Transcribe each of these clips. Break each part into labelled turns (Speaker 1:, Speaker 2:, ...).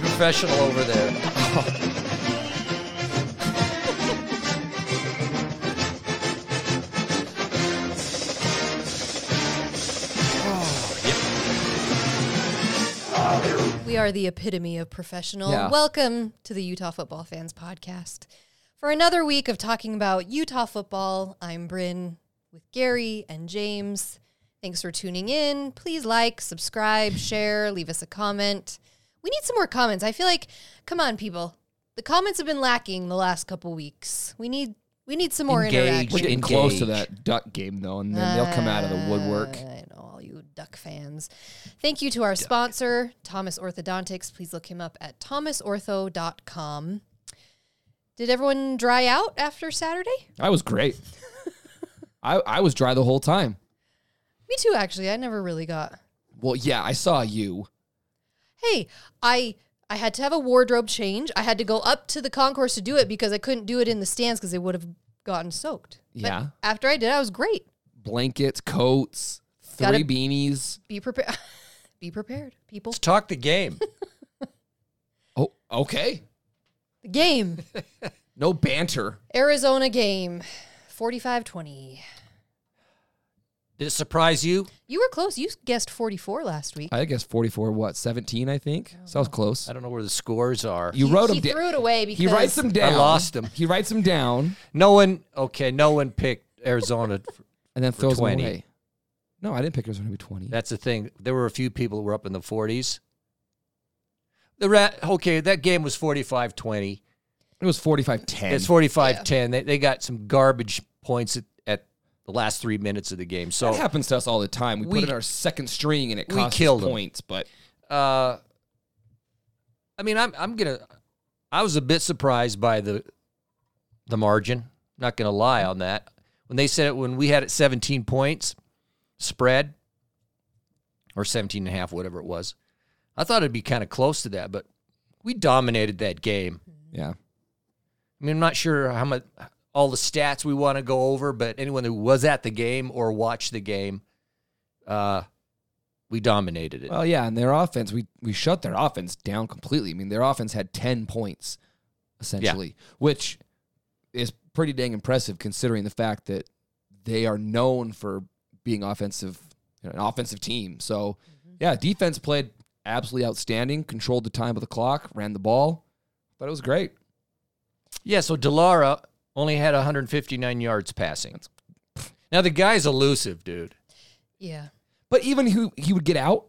Speaker 1: professional over there.
Speaker 2: We are the epitome of professional.
Speaker 1: Yeah.
Speaker 2: Welcome to the Utah Football Fans Podcast. For another week of talking about Utah football, I'm Bryn with Gary and James. Thanks for tuning in. Please like, subscribe, share, leave us a comment. We need some more comments. I feel like, come on, people. The comments have been lacking the last couple weeks. We need we need some more
Speaker 1: Engage.
Speaker 2: interaction.
Speaker 1: We're
Speaker 3: We're getting
Speaker 1: Engage.
Speaker 3: close to that duck game though, and then they'll come out of the woodwork.
Speaker 2: Uh, I know all you duck fans. Thank you to our sponsor, Thomas Orthodontics. Please look him up at thomasortho.com. Did everyone dry out after Saturday?
Speaker 3: I was great. I I was dry the whole time.
Speaker 2: Me too, actually. I never really got.
Speaker 3: Well, yeah, I saw you.
Speaker 2: Hey, I I had to have a wardrobe change. I had to go up to the concourse to do it because I couldn't do it in the stands because they would have gotten soaked. But
Speaker 3: Yeah.
Speaker 2: after I did, I was great.
Speaker 3: Blankets, coats, three
Speaker 2: Gotta-
Speaker 3: beanies.
Speaker 2: Be prepared. Be prepared, people.
Speaker 1: Let's talk the game.
Speaker 3: Oh, okay.
Speaker 2: The game.
Speaker 3: No banter.
Speaker 2: Arizona game. 45-20.
Speaker 1: Did it surprise you?
Speaker 2: You were close. You guessed 44 last week.
Speaker 3: I guess 44 what? 17, I think. So I was close.
Speaker 1: I don't know where the scores are.
Speaker 3: You
Speaker 2: Oh, He-
Speaker 3: wrote
Speaker 2: he
Speaker 3: them down.
Speaker 2: threw it away because
Speaker 3: He writes them down.
Speaker 1: lost 'em.
Speaker 3: He writes them down
Speaker 1: No one. Okay, no one picked Arizona. for-
Speaker 3: and then throws
Speaker 1: 20.
Speaker 3: them away. No, I didn't pick it was going to be 20.
Speaker 1: That's the thing. There were a few people who were up in the 40s. The rat. Okay, that game was 45-20.
Speaker 3: it was 45 10.
Speaker 1: It's 45-10. They, they got some garbage points at, at the last three minutes of the game. So
Speaker 3: That happens to us all the time. We,
Speaker 1: We-
Speaker 3: put in our second string and it
Speaker 1: we
Speaker 3: costs
Speaker 1: killed
Speaker 3: us
Speaker 1: 'em.
Speaker 3: points, but
Speaker 1: uh, I mean, I'm I'm gonna. I was a bit surprised by the the margin. Not gonna lie on that. When they said it, when we had it 17 points spread, or 17 and a half, whatever it was, I thought it'd be kind of close to that. But we dominated that game.
Speaker 3: yeah.
Speaker 1: I mean, I'm not sure how much all the stats we want to go over, but anyone who was at the game or watched the game, uh, we dominated it.
Speaker 3: Well, yeah, and their offense, we we shut their offense down completely. I mean, their offense had ten points, essentially, which is pretty dang impressive considering the fact that they are known for being offensive, you know, an offensive team. So, yeah, defense played absolutely outstanding, controlled the time of the clock, ran the ball, but it was great.
Speaker 1: Yeah, so Delara only had 159 yards passing. Now the guy's elusive, dude.
Speaker 2: Yeah.
Speaker 3: But even who he would get out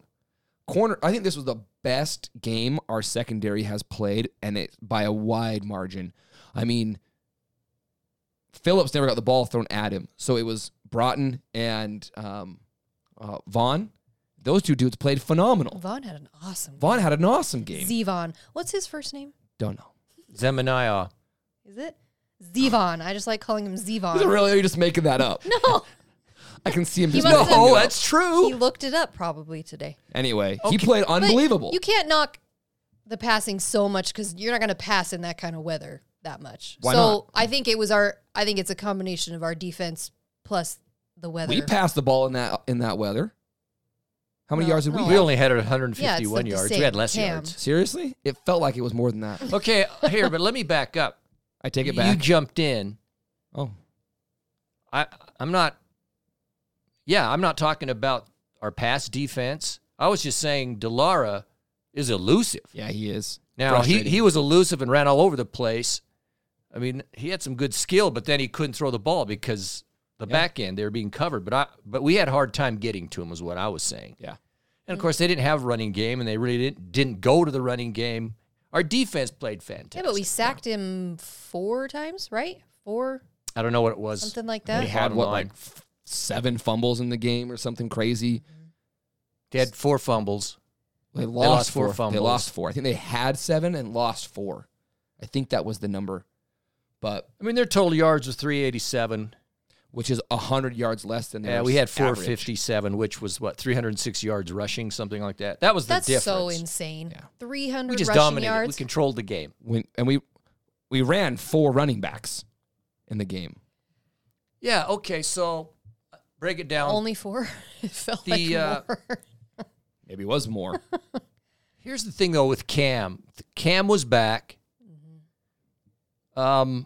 Speaker 3: corner. I think this was the best game our secondary has played, and it by a wide margin. I mean, Phillips never got the ball thrown at him, so it was Broughton and um, uh, Vaughn. Those two dudes played phenomenal.
Speaker 2: Vaughn had an awesome
Speaker 3: Vaughn had an awesome game.
Speaker 2: Zevon. What's his first name?
Speaker 3: Don't know.
Speaker 1: Zemaniah.
Speaker 2: Is it Zevon? I just like calling him Zevon.
Speaker 3: Is it really? Are you just making that up?
Speaker 2: no.
Speaker 3: I can see him.
Speaker 2: He
Speaker 3: Just
Speaker 2: must
Speaker 3: making
Speaker 2: have-
Speaker 3: it
Speaker 1: Oh,
Speaker 3: up.
Speaker 1: that's
Speaker 2: He
Speaker 1: true.
Speaker 2: looked it up probably today.
Speaker 3: anyway. He
Speaker 1: Okay.
Speaker 3: played
Speaker 2: But
Speaker 3: unbelievable.
Speaker 2: You can't knock the passing so much because you're not going to pass in that kind of weather that much.
Speaker 3: Why
Speaker 2: so
Speaker 3: not?
Speaker 2: I think it was our. I think it's a combination of our defense plus the weather.
Speaker 3: we passed the ball in that in that weather. How many
Speaker 2: No,
Speaker 3: yards did
Speaker 2: no.
Speaker 3: we
Speaker 1: We
Speaker 3: have?
Speaker 1: only had
Speaker 2: Yeah, it's
Speaker 1: 151
Speaker 2: the
Speaker 1: yards. We
Speaker 2: same
Speaker 1: had less
Speaker 2: cam.
Speaker 1: yards.
Speaker 3: Seriously? It felt like it was more than that.
Speaker 1: Okay, uh, here, but let me back up.
Speaker 3: I take it
Speaker 1: You
Speaker 3: back.
Speaker 1: jumped in.
Speaker 3: oh,
Speaker 1: I I'm not Yeah, I'm not talking about our pass defense. I was just saying Delara is elusive.
Speaker 3: yeah, he is.
Speaker 1: Now he,
Speaker 3: Frustrating.
Speaker 1: he was elusive and ran all over the place. I mean, he had some good skill, but then he couldn't throw the ball because the back end they were being covered. But I but we had a hard time getting to him, was what I was saying.
Speaker 3: yeah.
Speaker 1: And of
Speaker 2: Mm.
Speaker 1: course, they didn't have running game, and they really didn't didn't go to the running game. Our defense played fantastic.
Speaker 2: yeah, but we sacked him four times, right? Four,
Speaker 1: I don't know what it was.
Speaker 2: something like
Speaker 3: They
Speaker 2: that.
Speaker 3: had
Speaker 1: bottom
Speaker 3: what
Speaker 1: line.
Speaker 3: like f- seven fumbles in the game or something crazy.
Speaker 1: They had four fumbles.
Speaker 3: They lost,
Speaker 1: lost four
Speaker 3: four. They
Speaker 1: fumbles.
Speaker 3: lost four. I think they had seven and lost four. I think that was the number, but
Speaker 1: I mean, their total yards was 387.
Speaker 3: which is hundred yards less than their
Speaker 1: Yeah, we had
Speaker 3: s- average.
Speaker 1: 457, which was what 306 yards rushing, something like that. That was the
Speaker 2: That's
Speaker 1: difference.
Speaker 2: so insane. Three
Speaker 1: we
Speaker 2: hundred
Speaker 1: just
Speaker 2: rushing
Speaker 1: dominated. We
Speaker 2: yards.
Speaker 1: controlled the game.
Speaker 3: When, and we we ran four running backs in the game.
Speaker 1: Yeah. Okay. So uh, break it down.
Speaker 2: Only four. it felt
Speaker 1: The,
Speaker 2: like
Speaker 1: uh,
Speaker 2: more.
Speaker 3: Maybe it was more.
Speaker 1: Here's the thing though with Cam. Cam was back. Um,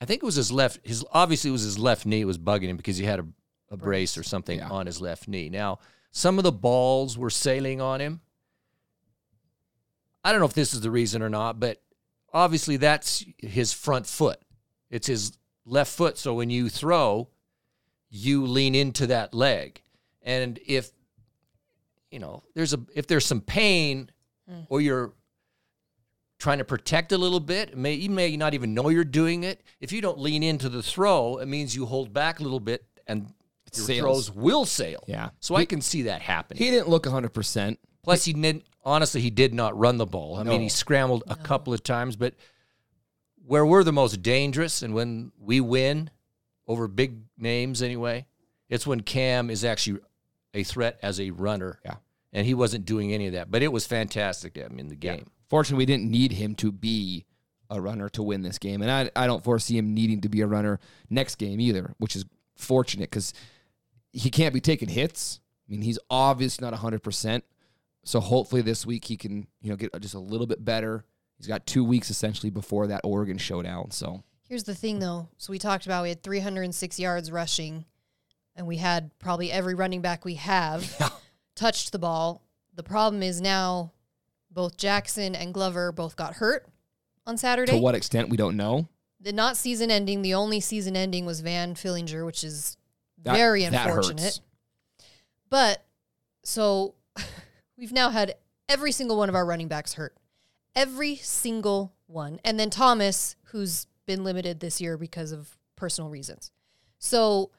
Speaker 1: I think it was his left. His obviously it was his left knee was bugging him because he had a, a brace or something
Speaker 3: Yeah.
Speaker 1: on his left knee. Now some of the balls were sailing on him. I don't know if this is the reason or not, but obviously that's his front foot. It's his left foot. So when you throw, you lean into that leg, and if you know there's a if there's some pain
Speaker 3: Hmm.
Speaker 1: or you're trying to protect a little bit. May, you may not even know you're doing it. If you don't lean into the throw, it means you hold back a little bit and your
Speaker 3: sails.
Speaker 1: throws will sail.
Speaker 3: Yeah.
Speaker 1: So I can see that happening.
Speaker 3: He didn't look 100%.
Speaker 1: Plus, he didn't, honestly, he did not run the ball. I mean,
Speaker 3: No.
Speaker 1: he scrambled a couple of times, but where we're the most dangerous and when we win over big names anyway, it's when Cam is actually a threat as a runner.
Speaker 3: Yeah.
Speaker 1: And he wasn't doing any of that, but it was fantastic to him in the game.
Speaker 3: Fortunately, we didn't need him to be a runner to win this game. And I, I don't foresee him needing to be a runner next game either, which is fortunate because he can't be taking hits. I mean, he's obviously not 100%. So hopefully this week he can, you know, get just a little bit better. He's got two weeks essentially before that Oregon showdown. So
Speaker 2: Here's the thing, though. So we talked about we had 306 yards rushing, and we had probably every running back we have touched the ball. The problem is now both Jackson and Glover both got hurt on Saturday.
Speaker 3: to what extent, we don't know.
Speaker 2: The not season ending. The only season ending was Van Fillinger, which is
Speaker 3: That-
Speaker 2: very
Speaker 3: that hurts.
Speaker 2: unfortunate. But so we've now had every single one of our running backs hurt. Every single one. And then Thomas, who's been limited this year because of personal reasons. So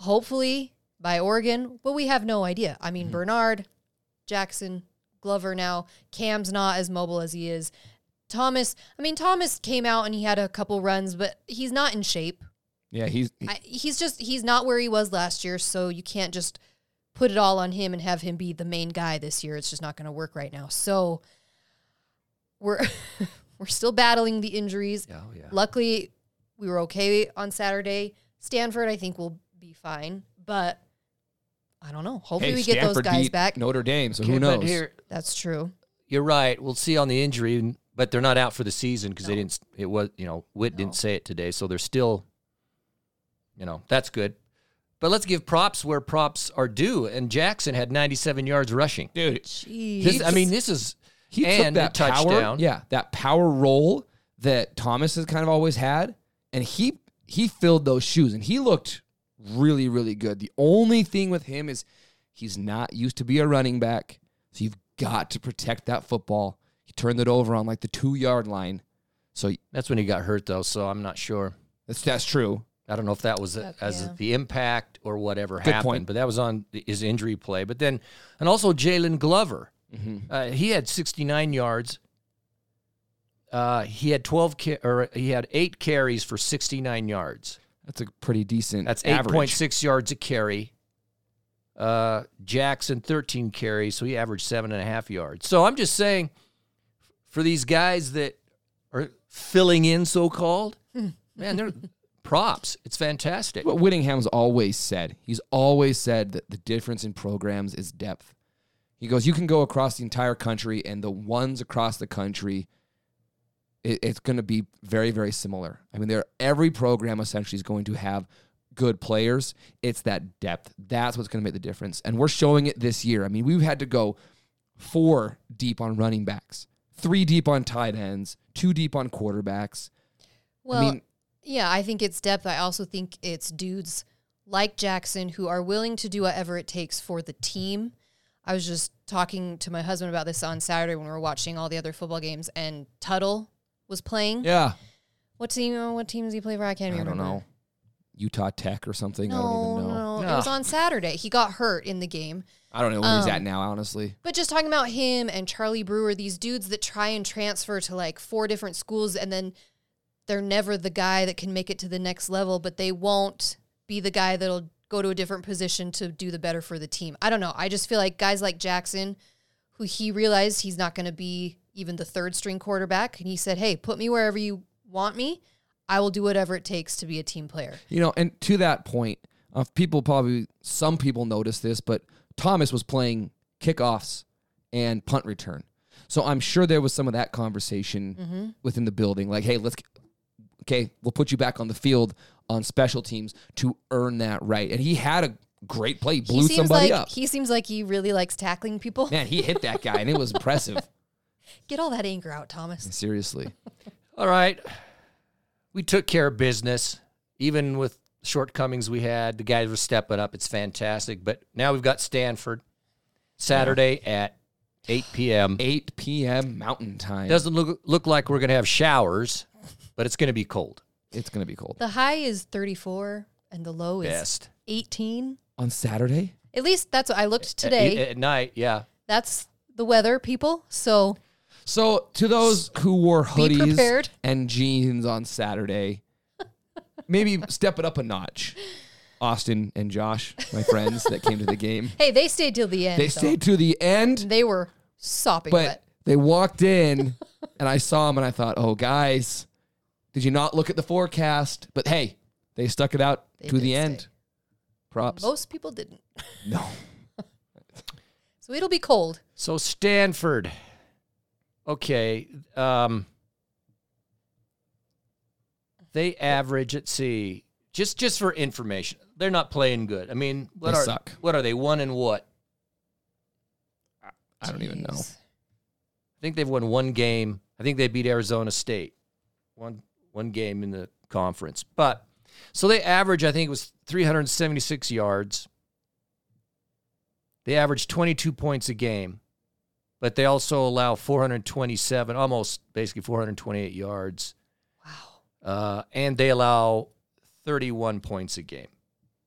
Speaker 2: hopefully by Oregon, but we have no idea. I mean, Bernard, Jackson, Glover now, Cam's not as mobile as he is. Thomas, I mean, Thomas came out and he had a couple runs, but he's not in shape.
Speaker 3: Yeah, he's
Speaker 2: I, he's just he's not where he was last year, so you can't just put it all on him and have him be the main guy this year. It's just not going to work right now. So we're we're still battling the injuries.
Speaker 1: Yeah,
Speaker 3: oh,
Speaker 1: yeah.
Speaker 2: Luckily, we were okay on Saturday. Stanford, I think, will be fine, but I don't know. Hopefully,
Speaker 3: hey,
Speaker 2: we get
Speaker 3: Stanford
Speaker 2: those guys
Speaker 3: beat
Speaker 2: back.
Speaker 3: Notre Dame, so
Speaker 1: Okay,
Speaker 3: who
Speaker 1: but
Speaker 3: knows?
Speaker 1: here-
Speaker 2: That's true.
Speaker 1: You're right. We'll see on the injury, but they're not out for the season because they didn't. It was you know Witt
Speaker 2: No.
Speaker 1: didn't say it today, so they're still. You know that's good, but let's give props where props are due. And Jackson had 97 yards rushing.
Speaker 3: Dude,
Speaker 2: Jeez.
Speaker 1: This, I mean, this is
Speaker 3: he took
Speaker 1: and
Speaker 3: that
Speaker 1: a touchdown.
Speaker 3: Power, yeah, that power role that Thomas has kind of always had, and he he filled those shoes, and he looked really really good. The only thing with him is he's not used to be a running back, so you've got to protect that football. He turned it over on like the two yard line, so
Speaker 1: That's when he got hurt though, so I'm not sure.
Speaker 3: that's that's true.
Speaker 1: I don't know if that was
Speaker 2: That-
Speaker 1: as
Speaker 2: yeah.
Speaker 1: the impact or whatever
Speaker 3: Good
Speaker 1: happened,
Speaker 3: point.
Speaker 1: but that was on his injury play. But then, and also Jalen Glover, uh, he had 69 yards. Uh, he had 12 ca- or he had eight carries for 69 yards.
Speaker 3: That's a pretty decent.
Speaker 1: That's
Speaker 3: average.
Speaker 1: 8.6 yards a carry. Uh, Jackson 13 carries, so he averaged seven and a half yards. So I'm just saying, for these guys that are filling in, so called, man, they're props. It's fantastic.
Speaker 3: what Whittingham's always said. He's always said that the difference in programs is depth. He goes, you can go across the entire country, and the ones across the country, it, it's going to be very, very similar. I mean, there every program essentially is going to have good players. It's that depth. That's what's going to make the difference, and we're showing it this year. I mean, we've had to go four deep on running backs, three deep on tight ends, two deep on quarterbacks.
Speaker 2: Well,
Speaker 3: mean-
Speaker 2: yeah, I think it's depth. I also think it's dudes like Jackson who are willing to do whatever it takes for the team. I was just talking to my husband about this on Saturday when we were watching all the other football games, and Tuttle was playing.
Speaker 3: Yeah,
Speaker 2: What team? What team does he play for? I can't
Speaker 3: I
Speaker 2: even
Speaker 3: don't
Speaker 2: remember.
Speaker 3: know. Utah Tech or something. I
Speaker 2: No,
Speaker 3: don't even know.
Speaker 2: no, it was on Saturday. He got hurt in the game.
Speaker 3: I don't know where he's at
Speaker 2: Um,
Speaker 3: now, honestly.
Speaker 2: But just talking about him and Charlie Brewer, these dudes that try and transfer to like four different schools and then they're never the guy that can make it to the next level, but they won't be the guy that'll go to a different position to do the better for the team. I don't know. I just feel like guys like Jackson, who he realized he's not going to be even the third string quarterback, and he said, Hey, put me wherever you want me. I will do whatever it takes to be a team player.
Speaker 3: You know, and to that point, uh, people probably some people noticed this, but Thomas was playing kickoffs and punt return. So I'm sure there was some of that conversation
Speaker 2: Mm-hmm.
Speaker 3: within the building, like, hey, let's okay, we'll put you back on the field on special teams to earn that right. And he had a great play, blew
Speaker 2: he seems
Speaker 3: somebody
Speaker 2: like
Speaker 3: up.
Speaker 2: he seems like he really likes tackling people.
Speaker 3: Man, he hit that guy, and it was impressive.
Speaker 2: Get all that anger out, Thomas.
Speaker 3: Seriously.
Speaker 1: All right. We took care of business, even with shortcomings we had. The guys were stepping up. It's fantastic. But now we've got Stanford Saturday at 8 p.m.
Speaker 3: 8 p.m. Mountain Time.
Speaker 1: Doesn't look look like we're gonna have showers, but it's gonna be cold.
Speaker 3: it's going to be cold.
Speaker 2: The high is 34 and the low is
Speaker 1: Best
Speaker 2: 18.
Speaker 3: On Saturday?
Speaker 2: At least that's what I looked
Speaker 1: At-
Speaker 2: today.
Speaker 1: at, night. Yeah,
Speaker 2: that's the weather, people. So
Speaker 3: So, to those who wore hoodies
Speaker 2: prepared.
Speaker 3: and jeans on Saturday, maybe step it up a notch. Austin and Josh, my friends that came to the game,
Speaker 2: hey, they stayed till the end.
Speaker 3: they
Speaker 2: so
Speaker 3: stayed to the end,
Speaker 2: They were sopping
Speaker 3: but
Speaker 2: wet.
Speaker 3: they walked in and I saw them and I thought, oh, guys, did you not look at the forecast? But hey, they stuck it out
Speaker 2: They
Speaker 3: to the
Speaker 2: did
Speaker 3: end.
Speaker 2: stay.
Speaker 3: Props.
Speaker 2: Most people didn't.
Speaker 3: No.
Speaker 2: So it'll be cold.
Speaker 1: So Stanford. Okay. Um, they average. Let's see. Just just for information, they're not playing good. I mean, what
Speaker 3: They
Speaker 1: are
Speaker 3: suck.
Speaker 1: what are they? One and what? I
Speaker 3: I don't even know.
Speaker 2: Jeez.
Speaker 1: think they've won one game. I think they beat Arizona State. One one game in the conference, but so they average. I think it was 376 yards. They average 22 points a game, but they also allow 427, almost basically 428 yards. Wow. Uh, and they allow 31 points a game.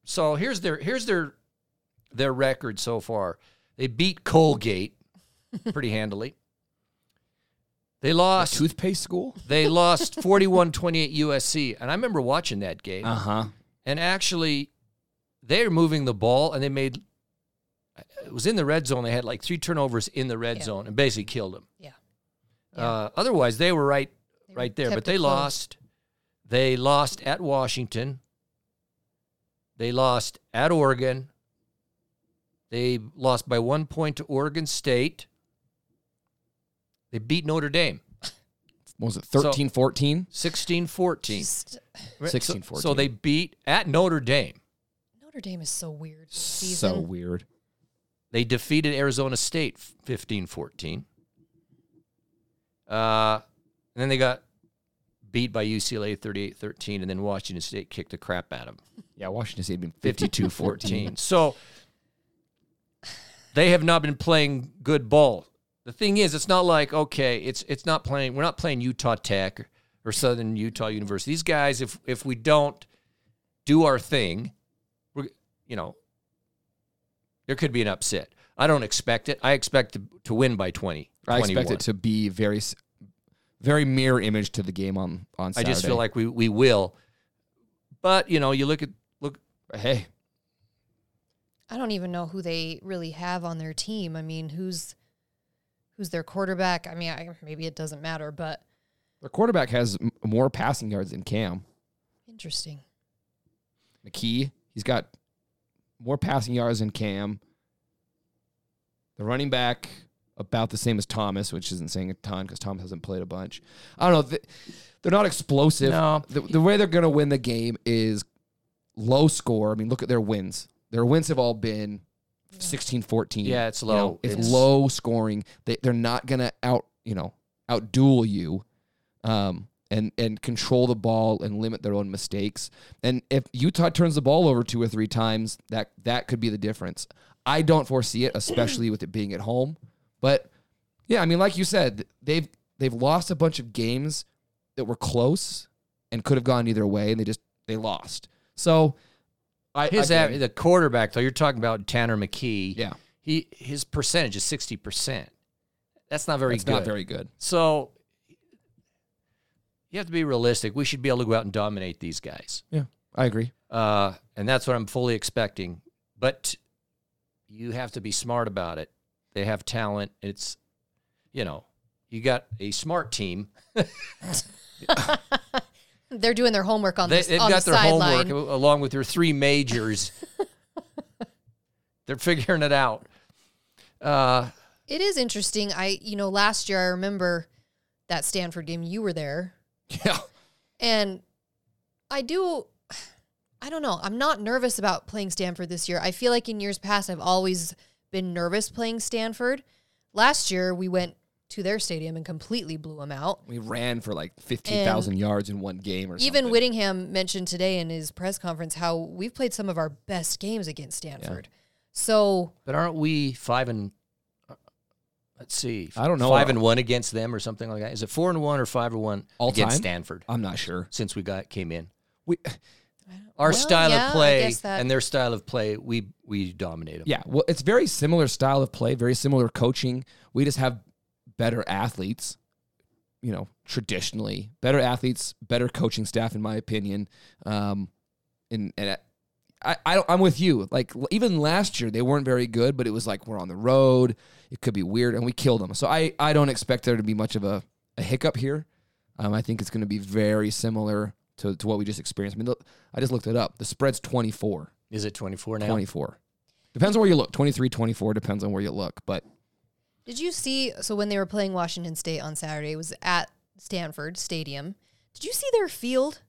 Speaker 1: So here's their here's their their record so far. They beat Colgate pretty handily. They lost
Speaker 3: Uh, Toothpaste school?
Speaker 1: they lost 41-28 USC. And I remember watching that game.
Speaker 3: Uh huh.
Speaker 1: And actually, they're moving the ball, and they made it was in the red zone. They had like three turnovers in the red
Speaker 2: Yeah.
Speaker 1: zone, and basically killed them.
Speaker 2: Yeah.
Speaker 1: Uh, otherwise, they were right,
Speaker 2: They
Speaker 1: right there.
Speaker 2: kept
Speaker 1: But
Speaker 2: it
Speaker 1: they
Speaker 2: close.
Speaker 1: lost. They lost at Washington. They lost at Oregon. They lost by one point to Oregon State. They beat Notre Dame
Speaker 3: What was it,
Speaker 1: So-
Speaker 3: 13 14?
Speaker 1: 16 14.
Speaker 2: Just-
Speaker 1: So,
Speaker 3: 16
Speaker 1: so they beat at Notre Dame.
Speaker 2: Notre Dame is so weird. this Season.
Speaker 3: so weird.
Speaker 1: They defeated Arizona State 15 14. Uh, and then they got beat by UCLA 38 13, and then Washington State kicked the crap out of them
Speaker 3: Yeah, Washington State had been
Speaker 1: 52 14. so they have not been playing good ball. The thing is, it's not like, okay, it's it's not playing, we're not playing Utah Tech or Southern Utah University. These guys, if if we don't do our thing, we're, you know, there could be an upset. I don't expect it. I expect to, to win by 20.
Speaker 3: I expect
Speaker 1: 21.
Speaker 3: it to be very, s- very mirror image to the game on on
Speaker 1: I
Speaker 3: Saturday.
Speaker 1: just feel like we, we will. But, you know, you look at look
Speaker 3: hey,
Speaker 2: I don't even know who they really have on their team. I mean, who's who's their quarterback? I mean, I, maybe it doesn't matter, but
Speaker 3: their quarterback has m- more passing yards than Cam
Speaker 2: interesting.
Speaker 3: McKee. He's got more passing yards than Cam. The running back about the same as Thomas, which isn't saying a ton because Thomas hasn't played a bunch. I don't know. th- They're not explosive.
Speaker 1: No.
Speaker 3: The, the way they're going to win the game is low score. I mean, look at their wins. Their wins have all been 16 14.
Speaker 1: Yeah, it's
Speaker 3: You know,
Speaker 1: low.
Speaker 3: it's,
Speaker 1: It's-
Speaker 3: low scoring. They, they're not going to out, you know, outduel you um, and, and control the ball and limit their own mistakes. And if Utah turns the ball over two or three times, that, that could be the difference. I don't foresee it, especially with it being at home. But yeah, I mean, like you said, they've they've lost a bunch of games that were close and could have gone either way, and they just they lost. So I
Speaker 1: his
Speaker 3: I
Speaker 1: av-
Speaker 3: can-
Speaker 1: the quarterback though you're talking about Tanner McKee.
Speaker 3: yeah,
Speaker 1: he his percentage is sixty percent. That's not very
Speaker 3: it's
Speaker 1: good.
Speaker 3: not very good.
Speaker 1: so you have to be realistic. We should be able to go out and dominate these guys,
Speaker 3: Yeah, I agree.
Speaker 1: uh, and that's what I'm fully expecting. But you have to be smart about it. They have talent. It's you know you got a smart team.
Speaker 2: They're doing their homework on
Speaker 1: They,
Speaker 2: this
Speaker 1: they've
Speaker 2: on
Speaker 1: got
Speaker 2: the
Speaker 1: their homework
Speaker 2: sideline.
Speaker 1: along with their three majors. They're figuring it out. Uh,
Speaker 2: It is interesting. I, you know, last year I remember that Stanford game. You were there,
Speaker 3: Yeah.
Speaker 2: and I do. I don't know. I'm not nervous about playing Stanford this year. I feel like in years past I've always been nervous playing Stanford. Last year we went to their stadium and completely blew them out.
Speaker 3: We ran for like 15,000 yards in one game or
Speaker 2: Even
Speaker 3: something.
Speaker 2: Whittingham mentioned today in his press conference how we've played some of our best games against Stanford. So
Speaker 1: But aren't we five and? uh, Let's see.
Speaker 3: I don't know.
Speaker 1: Five and one against them or something like that. Is it four and one or five and one
Speaker 3: All
Speaker 1: against
Speaker 3: time? Uh,
Speaker 1: Stanford
Speaker 3: I'm not sure.
Speaker 1: since we got came in?
Speaker 3: We,
Speaker 1: Our
Speaker 2: Well,
Speaker 1: style
Speaker 2: yeah, I
Speaker 1: of play
Speaker 2: guess that-
Speaker 1: and their style of play, we we dominate them.
Speaker 3: yeah. Well, it's very similar style of play, very similar coaching. We just have better athletes, you know, traditionally. Better athletes, better coaching staff, in my opinion. Um, and and I, I don't, I'm with you. Like l- even last year, they weren't very good, but it was like we're on the road. It could be weird, and we killed them. So I, I don't expect there to be much of a, a hiccup here. Um, I think it's going to be very similar to, to what we just experienced. I mean, look, I just looked it up. The spread's 24.
Speaker 1: Is it twenty four now?
Speaker 3: 24. Depends on where you look. 23, 24 depends on where you look. But
Speaker 2: Did you see? So when they were playing Washington State on Saturday, it was at Stanford Stadium. Did you see their field?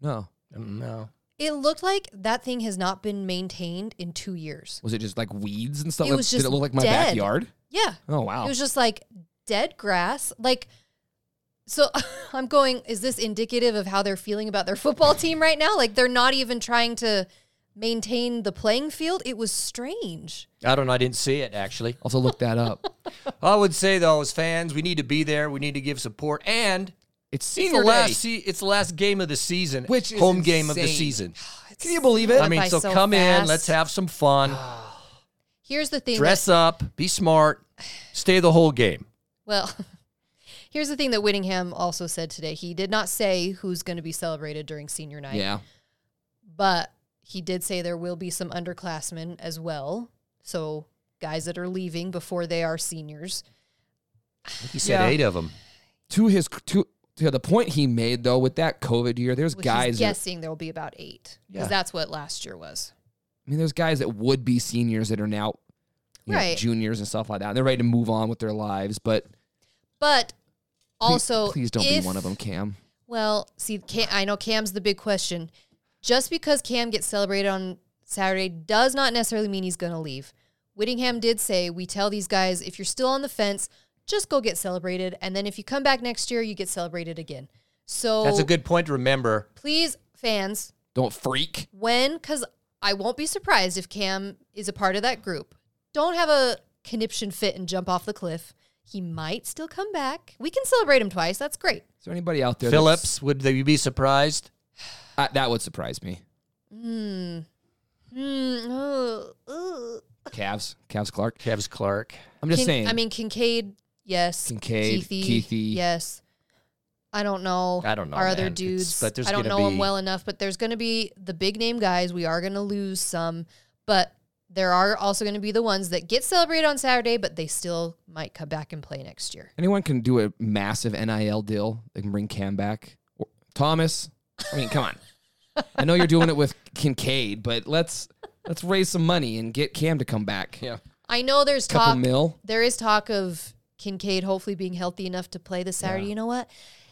Speaker 3: no.
Speaker 1: Mm, No.
Speaker 2: It looked like that thing has not been maintained in two years.
Speaker 3: Was it just like weeds and stuff?
Speaker 2: It
Speaker 3: Like,
Speaker 2: was
Speaker 3: Did
Speaker 2: just
Speaker 3: it look like my
Speaker 2: dead.
Speaker 3: backyard?
Speaker 2: Yeah,
Speaker 3: Oh, wow.
Speaker 2: it was just like dead grass. Like, so I'm going. Is this indicative of how they're feeling about their football team right now? Like they're not even trying to maintain the playing field. It was strange.
Speaker 1: I don't know. I didn't see it actually.
Speaker 3: also, look that up.
Speaker 1: I would say though, as fans, we need to be there. We need to give support, and it's
Speaker 3: It's senior
Speaker 1: the
Speaker 3: day.
Speaker 1: last se- it's the last game of the season,
Speaker 3: Which is
Speaker 1: home game of the
Speaker 3: insane.
Speaker 1: season.
Speaker 3: Can you believe it?
Speaker 1: I mean,
Speaker 2: by
Speaker 1: so,
Speaker 2: so
Speaker 1: come in,
Speaker 2: fast.
Speaker 1: let's have some fun,
Speaker 2: Here's the thing. that-
Speaker 1: dress up, be smart, stay the whole game.
Speaker 2: Well, here's the thing that Whittingham also said today. He did not say who's going to be celebrated during senior night,
Speaker 3: yeah.
Speaker 2: but he did say there will be some underclassmen as well. So, guys that are leaving before they are seniors.
Speaker 1: He said
Speaker 3: Yeah.
Speaker 1: eight of them.
Speaker 3: To his to to the point he made though with that COVID year, there's
Speaker 2: Which
Speaker 3: guys.
Speaker 2: he's
Speaker 3: that-
Speaker 2: guessing there will be about eight because
Speaker 1: Yeah.
Speaker 2: that's what last year was.
Speaker 3: I mean, there's guys that would be seniors that are now you know,
Speaker 2: Right.
Speaker 3: juniors and stuff like that. They're ready to move on with their lives, but please-
Speaker 2: But also,
Speaker 3: please don't
Speaker 2: if-
Speaker 3: be one of them, Cam.
Speaker 2: Well, see, Cam, I know Cam's the big question. Just because Cam gets celebrated on Saturday does not necessarily mean he's going to leave. Whittingham did say, we tell these guys, if you're still on the fence, just go get celebrated. And then if you come back next year, you get celebrated again. So
Speaker 1: That's a good point to remember.
Speaker 2: please, fans,
Speaker 3: Don't freak.
Speaker 2: when, because I won't be surprised if Cam is a part of that group, don't have a conniption fit and jump off the cliff. He might still come back. We can celebrate him twice. That's great.
Speaker 3: Is there anybody out there? that's-
Speaker 1: Phillips, would they be surprised?
Speaker 3: I- that would surprise me.
Speaker 2: Mm, ugh, ugh.
Speaker 3: Cavs, Cavs Clark.
Speaker 1: Kev's Clark.
Speaker 3: I'm just
Speaker 2: Kin-
Speaker 3: saying.
Speaker 2: I mean, Kincaid, yes.
Speaker 3: Kincaid,
Speaker 2: Keithy,
Speaker 3: Keithy.
Speaker 2: yes. I don't know.
Speaker 1: I don't know,
Speaker 2: Our
Speaker 1: man.
Speaker 2: other
Speaker 1: It's-
Speaker 2: dudes.
Speaker 1: but there's
Speaker 2: I don't
Speaker 1: gonna
Speaker 2: know them
Speaker 1: be-
Speaker 2: well enough, but there's going to be the big name guys. We are going to lose some, but there are also going to be the ones that get celebrated on Saturday, but they still might come back and play next year.
Speaker 3: Anyone can do a massive NIL deal. They can bring Cam back. Or- Thomas, I mean, come on. I know you're doing it with Kincaid, but let's let's raise some money and get Cam to come back.
Speaker 1: Yeah.
Speaker 2: I know there's
Speaker 3: Couple
Speaker 2: talk.
Speaker 3: mil.
Speaker 2: There is talk of Kincaid hopefully being healthy enough to play this Saturday. You know what?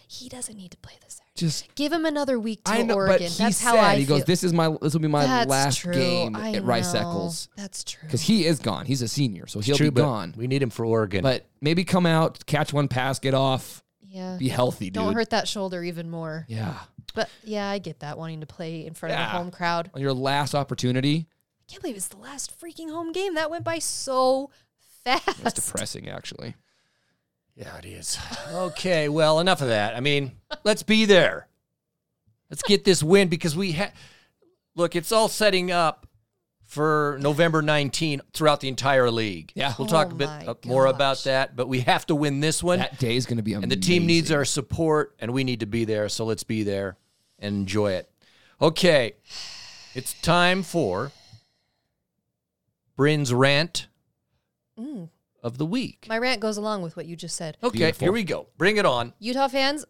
Speaker 2: He doesn't need to play this Saturday.
Speaker 3: Just
Speaker 2: Give him another week to
Speaker 3: I know,
Speaker 2: Oregon.
Speaker 3: but he
Speaker 2: That's
Speaker 3: said
Speaker 2: how I
Speaker 3: he
Speaker 2: feel.
Speaker 3: goes. This is my this will be my
Speaker 2: That's
Speaker 3: last
Speaker 2: true.
Speaker 3: game
Speaker 2: I
Speaker 3: at Rice
Speaker 2: know.
Speaker 3: Eccles
Speaker 2: That's true.
Speaker 3: because he is gone. He's a senior, so he'll be
Speaker 1: but
Speaker 3: gone.
Speaker 1: We need him for Oregon.
Speaker 3: But maybe come out, catch one pass, get off,
Speaker 2: yeah.
Speaker 3: be healthy, dude.
Speaker 2: Don't hurt that shoulder even more.
Speaker 3: Yeah,
Speaker 2: But yeah, I get that wanting to play in front of
Speaker 3: Yeah.
Speaker 2: a home crowd.
Speaker 3: on your last opportunity.
Speaker 2: I can't believe it's the last freaking home game. That went by so fast.
Speaker 3: That's depressing, actually.
Speaker 1: yeah, it is. okay, well, enough of that. I mean, let's be there. Let's get this win because we ha- look. It's all setting up for November 19 throughout the entire league.
Speaker 3: Yeah.
Speaker 1: we'll talk
Speaker 2: Oh
Speaker 1: a bit
Speaker 2: my
Speaker 1: uh, more about
Speaker 2: gosh.
Speaker 1: that, but we have to win this one.
Speaker 3: That day is going to be
Speaker 1: and
Speaker 3: amazing.
Speaker 1: the team needs our support and we need to be there so let's be there and enjoy it okay it's time for bryn's rant of the week
Speaker 2: Mm. My rant goes along with what you just said.
Speaker 1: okay
Speaker 3: Beautiful.
Speaker 1: here we go bring it on
Speaker 2: Utah fans,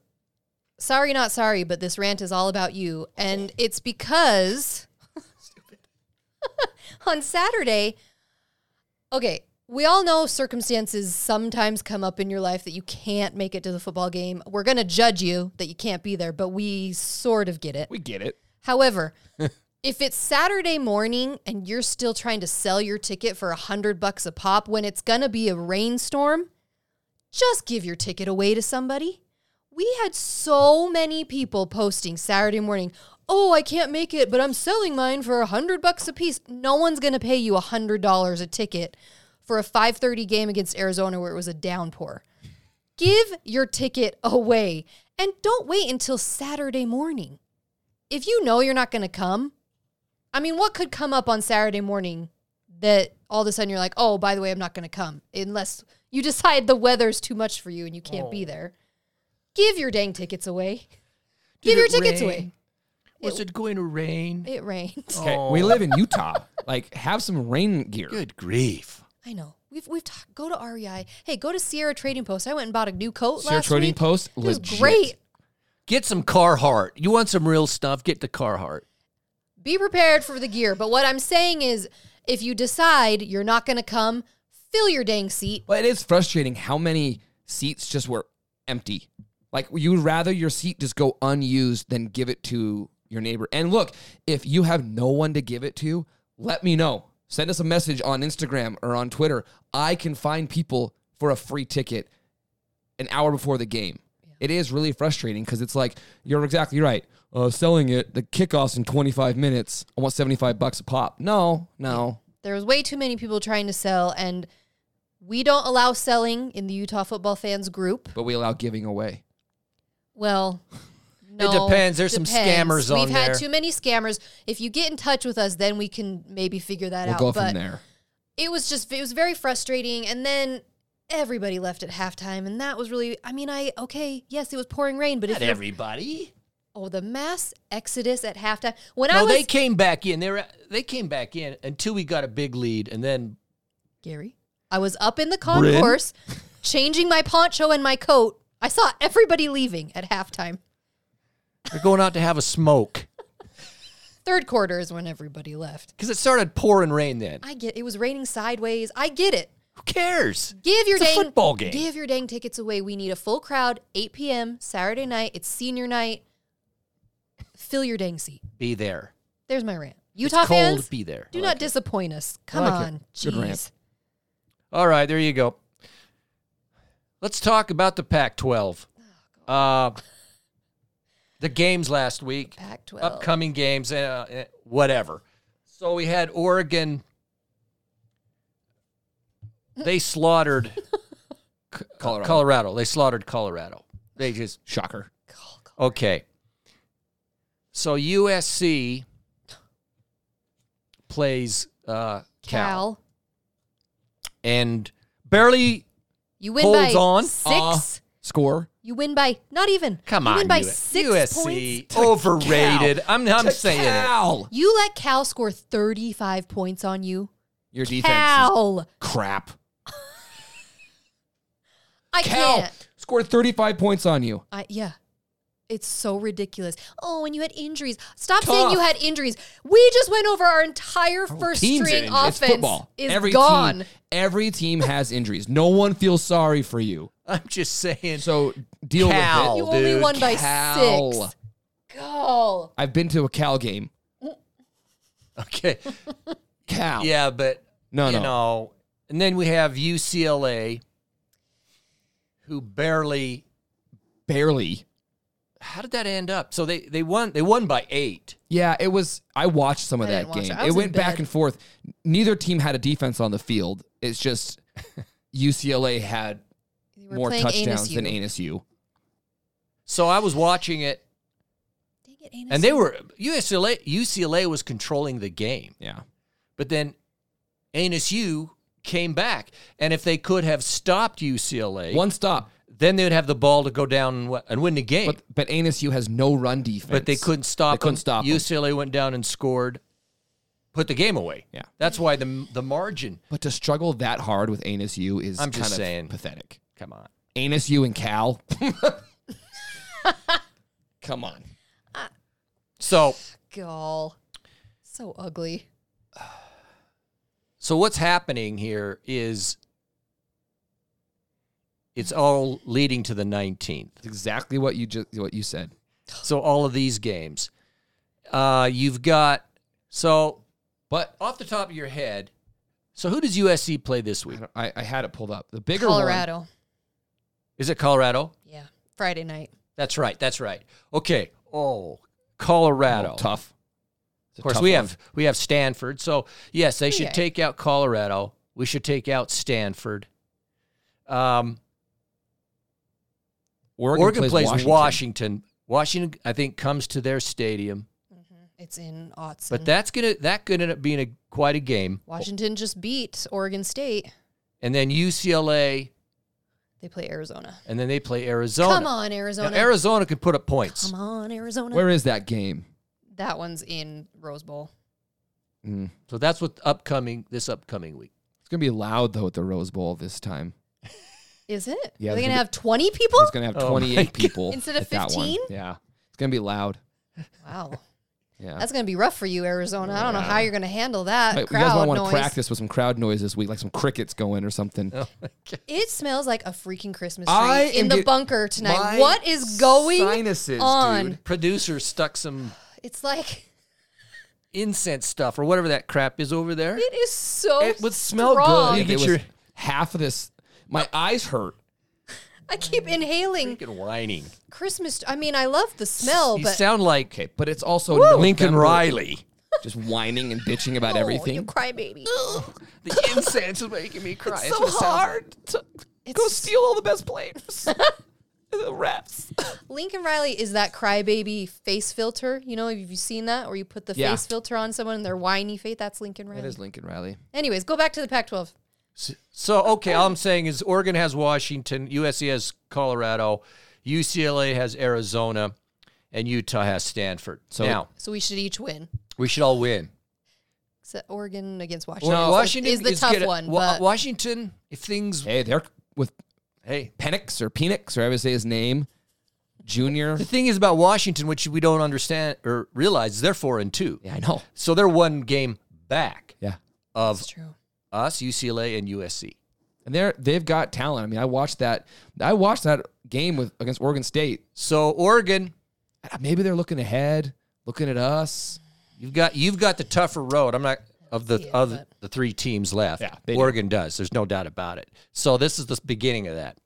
Speaker 2: sorry, not sorry, but this rant is all about you. And it's because on Saturday, okay, we all know circumstances sometimes come up in your life that you can't make it to the football game. We're going to judge you that you can't be there, but we sort of get it.
Speaker 3: We get it.
Speaker 2: However, if it's Saturday morning and you're still trying to sell your ticket for a hundred bucks a pop when it's gonna be a rainstorm, just give your ticket away to somebody. We had so many people posting Saturday morning, oh, I can't make it, but I'm selling mine for a hundred bucks a piece. No one's gonna pay you a hundred dollars a ticket for a 5:30 game against Arizona where it was a downpour. Give your ticket away and don't wait until Saturday morning if you know you're not going to come, I mean, what could come up on Saturday morning that all of a sudden you're like, oh, by the way, I'm not going to come unless you decide the weather's too much for you and you can't
Speaker 3: Oh.
Speaker 2: be there. Give your dang tickets away. Give your tickets away.
Speaker 1: Was it going to rain?
Speaker 2: It rained.
Speaker 3: Okay, we live in Utah. like, have some rain gear.
Speaker 1: Good grief.
Speaker 2: I know. We've we've talked. Go to REI. Hey, go to Sierra Trading Post. I went and bought a new coat
Speaker 3: Sierra
Speaker 2: last
Speaker 3: Trading
Speaker 2: week.
Speaker 3: Post,
Speaker 2: It was
Speaker 3: legit.
Speaker 2: great.
Speaker 1: Get some Carhartt. You want some real stuff? Get the Carhartt.
Speaker 2: be prepared for the gear. But what I'm saying is, if you decide you're not going to come, fill your dang seat.
Speaker 3: But it is frustrating how many seats just were empty. Like you would rather your seat just go unused than give it to your neighbor. And look, if you have no one to give it to, let me know. Send us a message on Instagram or on Twitter. I can find people for a free ticket an hour before the game. It is really frustrating because it's like you're exactly right. Uh, selling it, the kickoffs in 25 minutes. I want 75 bucks a pop. No, no.
Speaker 2: There was way too many people trying to sell, and we don't allow selling in the Utah football fans group.
Speaker 3: But we allow giving away.
Speaker 2: Well, no,
Speaker 1: depends. There's some scammers on
Speaker 2: We've
Speaker 1: there.
Speaker 2: had too many scammers. If you get in touch with us, then we can maybe figure that
Speaker 3: We'll
Speaker 2: out.
Speaker 3: go
Speaker 2: but
Speaker 3: from there.
Speaker 2: it was just it was very frustrating and then everybody left at halftime and that was really i mean i okay yes it was pouring rain but if
Speaker 1: Not
Speaker 2: you're
Speaker 1: everybody.
Speaker 2: Oh, the mass exodus at halftime. When I
Speaker 1: No,
Speaker 2: was
Speaker 1: they came back in. They were, they came back in until we got a big lead, and then
Speaker 2: Gary, I was up in the concourse, changing my poncho and my coat. I saw everybody leaving at halftime.
Speaker 1: they're going out to have a smoke
Speaker 2: Third quarter is when everybody left.
Speaker 1: because it started pouring rain. Then
Speaker 2: I get it was raining sideways. I get it.
Speaker 1: who cares?
Speaker 2: Give your
Speaker 1: It's a
Speaker 2: dang
Speaker 1: football game.
Speaker 2: Give your dang tickets away. We need a full crowd. 8 p.m. Saturday night. It's senior night. Fill your dang seat.
Speaker 1: Be there.
Speaker 2: There's my rant.
Speaker 1: It's
Speaker 2: Utah
Speaker 1: cold.
Speaker 2: fans,
Speaker 1: Be there.
Speaker 2: do not disappoint us. Come
Speaker 3: like it.
Speaker 2: on,
Speaker 3: Good rant.
Speaker 2: jeez.
Speaker 1: All right, there you go. Let's talk about the Pac-12.
Speaker 2: Oh,
Speaker 1: Uh, the games last week,
Speaker 2: Pac-12.
Speaker 1: upcoming games, uh, uh, whatever. So we had Oregon. They slaughtered
Speaker 3: Colorado.
Speaker 1: Colorado. They slaughtered Colorado. They just
Speaker 3: Shocker.
Speaker 1: okay. So USC plays uh, Cal.
Speaker 2: Cal.
Speaker 1: and barely
Speaker 2: You win
Speaker 1: holds
Speaker 2: by
Speaker 1: on. Uh,
Speaker 2: six.
Speaker 3: Score.
Speaker 2: you win by not even.
Speaker 1: Come
Speaker 2: you
Speaker 1: on,
Speaker 2: win by
Speaker 1: U-
Speaker 2: six
Speaker 1: USC
Speaker 2: points.
Speaker 1: overrated.
Speaker 3: Cal.
Speaker 1: I'm I'm
Speaker 3: To
Speaker 1: saying it.
Speaker 3: Cal.
Speaker 2: You let Cal score thirty-five points on you.
Speaker 3: Your defense
Speaker 2: Cal,
Speaker 3: is crap.
Speaker 2: I
Speaker 3: Cal
Speaker 2: can't.
Speaker 3: scored 35 points on you.
Speaker 2: I yeah, it's so ridiculous. Oh, and you had injuries. Stop saying you
Speaker 3: Tough. Oh,
Speaker 2: had injuries. We just went over our entire first
Speaker 1: team's
Speaker 2: string
Speaker 1: in.
Speaker 2: offense
Speaker 3: it's football.
Speaker 2: is
Speaker 3: every
Speaker 2: gone.
Speaker 3: Team, every team has injuries. No one feels sorry for you.
Speaker 1: I'm just saying.
Speaker 3: So deal
Speaker 1: Cal. Oh,
Speaker 2: You
Speaker 3: with it.
Speaker 2: only
Speaker 1: dude,
Speaker 2: won by
Speaker 3: Cal.
Speaker 2: six. Cal.
Speaker 3: I've been to a Cal game.
Speaker 1: okay,
Speaker 3: Cal.
Speaker 1: yeah, but
Speaker 3: No,
Speaker 1: you
Speaker 3: no.
Speaker 1: know. And then we have UCLA, who barely.
Speaker 3: Barely.
Speaker 1: How did that end up? So they they won. They won by eight.
Speaker 3: Yeah, it was. I watched some of
Speaker 2: I
Speaker 3: that
Speaker 2: didn't watch
Speaker 3: game.
Speaker 2: it. I
Speaker 3: It
Speaker 2: was in
Speaker 3: went back
Speaker 2: bed.
Speaker 3: and forth. Neither team had a defense on the field. It's just UCLA had
Speaker 2: They were
Speaker 3: more
Speaker 2: playing
Speaker 3: touchdowns
Speaker 2: ANSU.
Speaker 3: than Anus U.
Speaker 1: So I was watching it,
Speaker 2: Dang it, ANSU.
Speaker 1: and they were UCLA. UCLA was controlling the game.
Speaker 3: Yeah.
Speaker 1: But then ANSU came back, and if they could have stopped UCLA,
Speaker 3: One stop.
Speaker 1: then they would have the ball to go down and, w- and win the game.
Speaker 3: But
Speaker 1: But,
Speaker 3: but Anus U has no run defense.
Speaker 1: they couldn't stop.
Speaker 3: They couldn't
Speaker 1: them.
Speaker 3: stop 'em.
Speaker 1: UCLA went down and scored, put the game away.
Speaker 3: Yeah.
Speaker 1: that's why the the margin.
Speaker 3: But to struggle that hard with Anus U is
Speaker 1: I'm just
Speaker 3: kind of
Speaker 1: saying.
Speaker 3: pathetic.
Speaker 1: Come on,
Speaker 3: Anus U and Cal. Come on.
Speaker 1: so
Speaker 2: Gal. So ugly.
Speaker 1: So what's happening here is it's all leading to the 19th.
Speaker 3: It's exactly what you just what you said.
Speaker 1: So all of these games. Uh, you've got so
Speaker 3: But
Speaker 1: off the top of your head. So who does USC play this
Speaker 3: I,
Speaker 1: week?
Speaker 3: don't- I, I had it pulled up. The bigger
Speaker 2: Colorado.
Speaker 1: Is it Colorado?
Speaker 2: Yeah. Friday night.
Speaker 1: That's right. That's right. Okay. Oh,
Speaker 3: one,
Speaker 1: Colorado.
Speaker 3: oh, tough.
Speaker 1: Of course, we have we have Stanford. So yes, they should
Speaker 2: Yeah.
Speaker 1: take out Colorado. We should take out Stanford. Um, Oregon, plays, Washington. Washington. I think, comes to their stadium,
Speaker 2: It's in Autzen.
Speaker 1: but that's gonna that could end up being a quite a game.
Speaker 2: Washington just beat Oregon State.
Speaker 1: And then UCLA,
Speaker 2: They play Arizona.
Speaker 1: and then they play Arizona.
Speaker 2: Come on, Arizona.
Speaker 1: Now, Arizona could put up points.
Speaker 2: Come on, Arizona.
Speaker 3: Where is that game?
Speaker 2: That one's in Rose Bowl.
Speaker 3: Mm.
Speaker 1: So that's what upcoming this upcoming week.
Speaker 3: It's gonna be loud though at the Rose Bowl this time.
Speaker 2: Is it?
Speaker 3: Yeah,
Speaker 2: Are
Speaker 3: there's
Speaker 2: they
Speaker 3: gonna
Speaker 2: gonna
Speaker 3: be-
Speaker 2: have twenty people?
Speaker 3: It's gonna have
Speaker 1: Oh my
Speaker 3: 28
Speaker 1: God.
Speaker 3: people
Speaker 2: Instead of
Speaker 3: at that one.
Speaker 2: 15?
Speaker 3: Yeah, it's gonna be loud.
Speaker 2: Wow,
Speaker 3: Yeah,
Speaker 2: that's gonna be rough for you, Arizona. I don't know how you're gonna handle that
Speaker 3: Hey, you guys
Speaker 2: crowd
Speaker 3: might want
Speaker 2: noise.
Speaker 3: to practice with some crowd noise this week, like some crickets going or something.
Speaker 2: It smells like a freaking Christmas
Speaker 3: I
Speaker 2: tree in
Speaker 3: am
Speaker 2: the
Speaker 3: get-
Speaker 2: bunker tonight.
Speaker 3: My
Speaker 2: what is going
Speaker 3: sinuses,
Speaker 2: on?
Speaker 3: dude.
Speaker 1: Producer stuck some
Speaker 2: It's like
Speaker 1: incense stuff or whatever that crap is over there.
Speaker 2: it is so.
Speaker 1: It would smell
Speaker 2: strong.
Speaker 1: good.
Speaker 3: If
Speaker 1: get
Speaker 3: it was
Speaker 1: your-
Speaker 3: half of this. My eyes hurt.
Speaker 2: I keep inhaling
Speaker 1: Freaking whining.
Speaker 2: Christmas. I mean, I love the smell,
Speaker 1: you
Speaker 2: but
Speaker 1: sound like
Speaker 3: Okay, but it's also
Speaker 1: Lincoln
Speaker 3: November,
Speaker 1: Riley.
Speaker 3: just whining and bitching about
Speaker 2: Oh, you
Speaker 3: everything.
Speaker 2: crybaby.
Speaker 1: The incense is making me cry. That's
Speaker 3: so
Speaker 1: what it sounds like.
Speaker 3: hard to go
Speaker 2: It's-
Speaker 3: steal all the best players, the refs.
Speaker 2: Lincoln Riley is that crybaby face filter. You know, have you seen that? Where you put the
Speaker 3: Yeah.
Speaker 2: face filter on someone and their whiny face. That's Lincoln Riley.
Speaker 3: That is Lincoln Riley.
Speaker 2: Anyways, go back to the Pac-12.
Speaker 1: So okay, all I'm saying is Oregon has Washington, USC has Colorado, UCLA has Arizona, and Utah has Stanford. So
Speaker 3: So-
Speaker 1: now
Speaker 2: So we should each win.
Speaker 1: we should all win.
Speaker 2: Except Oregon against Washington.
Speaker 1: Well, Washington
Speaker 2: is the tough
Speaker 1: gonna-
Speaker 2: one,
Speaker 1: Wa-
Speaker 2: but-
Speaker 1: Washington, if things
Speaker 3: Hey, they're with
Speaker 1: hey,
Speaker 3: Penix or Penix or I would say his name, Junior.
Speaker 1: the thing is about Washington, which we don't understand or realize, is they're four and two.
Speaker 3: Yeah, I know.
Speaker 1: So they're one game back
Speaker 3: Yeah,
Speaker 1: of
Speaker 2: true.
Speaker 1: us, UCLA, and USC.
Speaker 3: and they're they've got talent. I mean, I watched that. I watched that game with against Oregon State.
Speaker 1: So Oregon,
Speaker 3: Maybe they're looking ahead, looking at us.
Speaker 1: You've got you've got the tougher road. I'm not of the
Speaker 2: Yeah,
Speaker 1: of
Speaker 2: but-
Speaker 1: the three teams left.
Speaker 3: Yeah, they do.
Speaker 1: Oregon does. There's no doubt about it. So this is the beginning of that.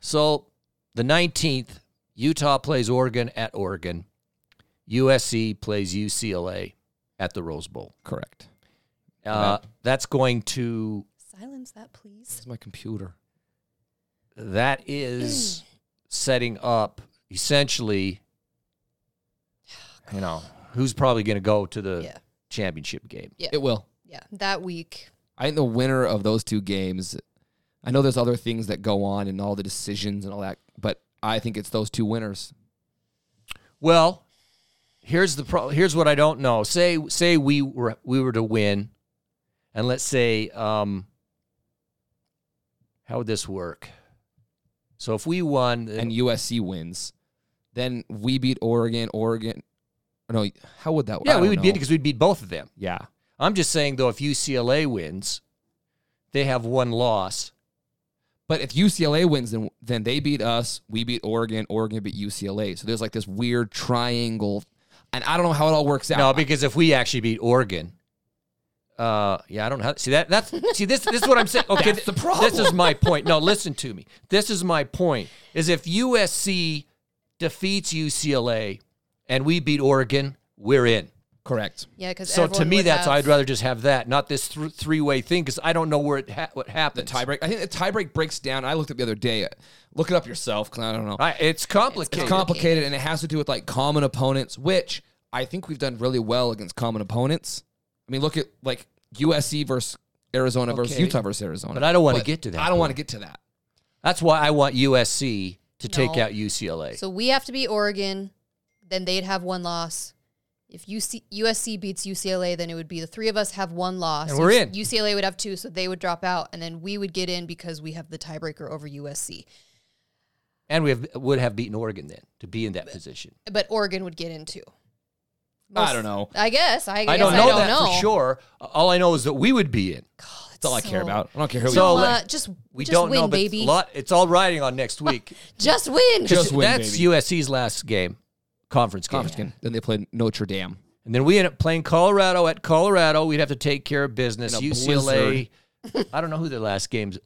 Speaker 1: So the 19th, Utah plays Oregon at Oregon. USC plays UCLA at the Rose Bowl.
Speaker 3: Correct.
Speaker 1: Uh, That's going to
Speaker 2: Silence that, please.
Speaker 3: It's my computer.
Speaker 1: that is setting up essentially. You know who's probably going to go to the
Speaker 2: Yeah.
Speaker 1: championship game.
Speaker 2: Yeah.
Speaker 3: It will.
Speaker 2: Yeah, that week.
Speaker 3: I think the winner of those two games. I know there's other things that go on and all the decisions and all that, but I think it's those two winners.
Speaker 1: Well, here's the pro- here's what I don't know. Say say we were we were to win, and let's say um, how would this work? So if we won, then-
Speaker 3: and USC wins, then we beat Oregon. Oregon, oh, no, how would that? I
Speaker 1: yeah, we
Speaker 3: don't
Speaker 1: would
Speaker 3: know.
Speaker 1: beat it because we'd beat both of them.
Speaker 3: Yeah,
Speaker 1: I'm just saying though, if UCLA wins, they have one loss.
Speaker 3: but if UCLA wins, then then they beat us. We beat Oregon. Oregon beat UCLA. So there's like this weird triangle, and I don't know how it all works out.
Speaker 1: No, because if we actually beat Oregon, uh, yeah, I don't know. How, see that? That's see this. This is what I'm saying. Okay,
Speaker 3: That's the
Speaker 1: th-
Speaker 3: problem.
Speaker 1: This is my point. No, listen to me. This is my point. Is if USC defeats UCLA and we beat Oregon, we're in.
Speaker 3: Correct.
Speaker 2: Yeah, because
Speaker 1: So to me, that's I'd rather just have that, not this th- three way thing, because I don't know where it ha- what
Speaker 3: The
Speaker 1: happens.
Speaker 3: tiebreak. I think the tiebreak breaks down. I looked up the other day. Look it up yourself, because I don't know.
Speaker 1: I, it's complicated.
Speaker 3: It's complicated, and it has to do with like common opponents, which I think we've done really well against common opponents. I mean, look at like USC versus Arizona versus
Speaker 1: Okay.
Speaker 3: Utah versus Arizona.
Speaker 1: But I don't wanna get to that
Speaker 3: I don't want to get to that.
Speaker 1: that's why I want USC to take
Speaker 2: No.
Speaker 1: out UCLA.
Speaker 2: So we have to beat Oregon, then they'd have one loss. If UC, USC beats UCLA, then it would be the three of us have one loss.
Speaker 1: And we're in.
Speaker 2: UCLA would have two, so they would drop out, and then we would get in because we have the tiebreaker over USC.
Speaker 1: and we have, would have beaten Oregon then to be in that position.
Speaker 2: But Oregon would get in too.
Speaker 3: I don't know.
Speaker 2: I guess. I, guess
Speaker 1: I don't know that for sure. All I know is that we would be in.
Speaker 3: That's all I care about. I don't care who.
Speaker 1: So-
Speaker 3: So,
Speaker 1: let-
Speaker 2: Uh, just
Speaker 1: We
Speaker 2: just
Speaker 1: don't
Speaker 2: win,
Speaker 1: know, but
Speaker 2: baby.
Speaker 1: It's, lot, it's all riding on next week.
Speaker 2: Just win.
Speaker 3: Just win,
Speaker 1: That's
Speaker 3: baby.
Speaker 1: USC's last game, conference game.
Speaker 3: Conference game. Then they played Notre Dame.
Speaker 1: And then we end up playing Colorado at Colorado. We'd have to take care of business.
Speaker 3: In a
Speaker 1: UCLA. I don't know who their last games.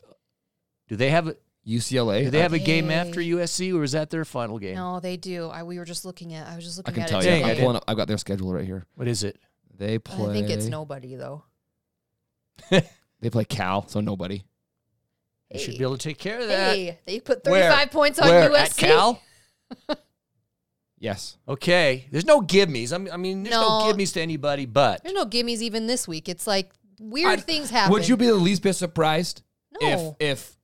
Speaker 1: Do they have? a-
Speaker 3: UCLA.
Speaker 1: Do they have a game
Speaker 2: Hey.
Speaker 1: after USC, or is that their final game?
Speaker 2: no, they do. I we were just looking at. I was just
Speaker 3: I
Speaker 2: looking
Speaker 3: can
Speaker 2: at
Speaker 3: tell
Speaker 2: it.
Speaker 3: you.
Speaker 1: Dang,
Speaker 2: today.
Speaker 1: I
Speaker 3: I'm pulling up. I've got their schedule right here.
Speaker 1: What is it?
Speaker 3: They play.
Speaker 2: I think it's nobody though.
Speaker 3: They play Cal, so nobody.
Speaker 1: You should
Speaker 2: Hey.
Speaker 1: be able to take care of that.
Speaker 2: Hey, they put
Speaker 1: Where?
Speaker 2: 35 points on
Speaker 1: Where?
Speaker 2: USC.
Speaker 1: At Cal?
Speaker 3: Yes.
Speaker 1: Okay. There's no give me's. I'm- I mean, there's no,
Speaker 2: No.
Speaker 1: give me's to anybody but.
Speaker 2: There's no gimmies even this week. It's like weird
Speaker 3: I'd-
Speaker 2: things happen.
Speaker 3: Would you be the least bit surprised
Speaker 2: No.
Speaker 3: if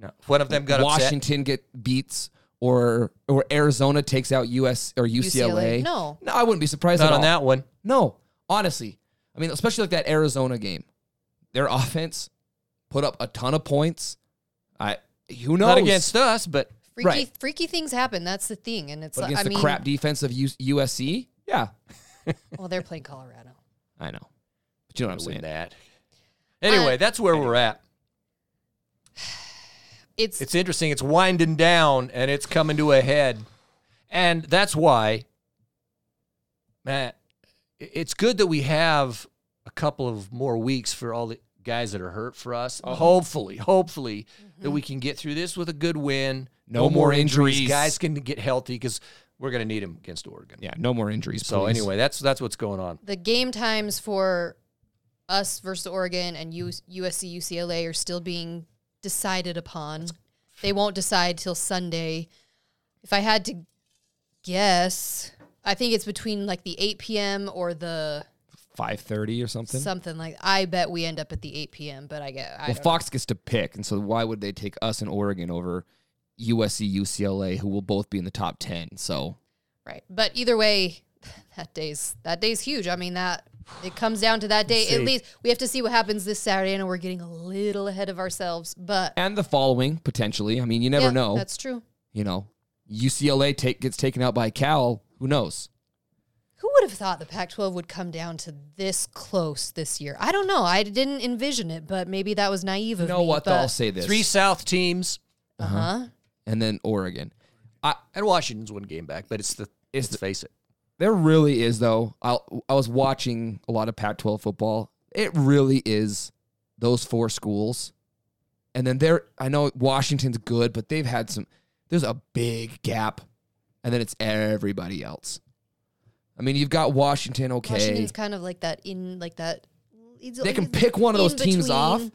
Speaker 1: No. One of them
Speaker 3: if
Speaker 1: got upset.
Speaker 3: Washington get beats or or Arizona takes out US or UCLA?
Speaker 2: UCLA. No.
Speaker 3: No, I wouldn't be surprised
Speaker 1: Not
Speaker 3: at
Speaker 1: on
Speaker 3: all.
Speaker 1: that one.
Speaker 3: No, honestly, I mean, especially like that Arizona game, their offense put up a ton of points. I who knows?
Speaker 1: Not against us, but
Speaker 2: freaky
Speaker 3: right.
Speaker 2: freaky things happen? That's the thing, and it's
Speaker 3: but
Speaker 2: like,
Speaker 3: against
Speaker 2: I
Speaker 3: the
Speaker 2: mean,
Speaker 3: crap defense of U- USC. Yeah,
Speaker 2: well, they're playing Colorado.
Speaker 3: I know, but you know what I'm
Speaker 1: win
Speaker 3: saying.
Speaker 1: that. Anyway,
Speaker 2: Uh,
Speaker 1: that's where we're at.
Speaker 2: It's,
Speaker 1: It's interesting. It's winding down and it's coming to a head. And that's why, Matt, i- it's good that we have a couple of more weeks for all the guys that are hurt for us.
Speaker 3: Oh.
Speaker 1: Hopefully, hopefully that we can get through this with a good win.
Speaker 3: No more injuries.
Speaker 1: Guys can get healthy because we're going to need them against Oregon.
Speaker 3: Yeah, no more injuries.
Speaker 1: So
Speaker 3: please.
Speaker 1: anyway, that's that's what's going on.
Speaker 2: the game times for us versus Oregon and U- USC UCLA are still being decided upon. They won't decide till Sunday. If I had to guess, I think it's between like the 8 p.m. or the
Speaker 3: five thirty or something.
Speaker 2: something like. I bet we end up at the 8 p.m. But I get. I uh,
Speaker 3: well,
Speaker 2: don't
Speaker 3: Fox gets to pick, and so why would they take us and Oregon over USC, UCLA, who will both be in the top ten? So
Speaker 2: Right. But either way, that day's that day's huge. I mean that it comes down to that day. At
Speaker 1: see.
Speaker 2: least we have to see what happens this Saturday. I know we're getting a little ahead of ourselves, but
Speaker 3: and the following potentially. I mean, you never
Speaker 2: yeah,
Speaker 3: know.
Speaker 2: That's true.
Speaker 3: you know, UCLA take, gets taken out by Cal. Who knows?
Speaker 2: Who would have thought the Pac-12 would come down to this close this year? I don't know. I didn't envision it, but maybe that was naive
Speaker 3: You
Speaker 2: of
Speaker 3: know
Speaker 2: me.
Speaker 3: what? Though,
Speaker 2: But,
Speaker 3: I'll say this.
Speaker 1: Three South teams
Speaker 2: uh-huh.
Speaker 3: and then Oregon. I,
Speaker 1: and Washington's one game back, but it's the
Speaker 3: It's
Speaker 1: let's face it.
Speaker 3: there really is though. I I was watching a lot of Pac-12 football. It really is those four schools, and then there. I know Washington's good, but they've had some. There's a big gap, and then it's everybody else. I mean, you've got Washington. Okay,
Speaker 2: Washington's kind of like that in like that. it's-
Speaker 3: they can
Speaker 2: it's
Speaker 3: pick one of those
Speaker 2: in
Speaker 3: teams
Speaker 2: between.
Speaker 3: off.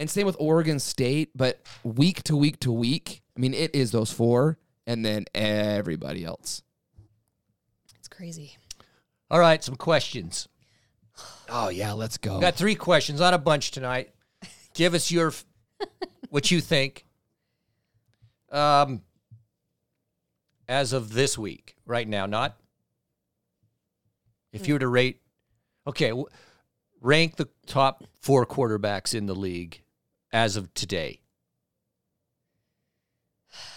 Speaker 3: And same with Oregon State, but week to week to week, I mean, it is those four and then everybody else.
Speaker 2: It's crazy.
Speaker 1: All right, some questions.
Speaker 3: Oh, yeah, let's go.
Speaker 1: Got three questions, not a bunch tonight. Give us your f- what you think. Um, as of this week, right now, not if you were to rate. Okay, w- rank the top four quarterbacks in the league as of today.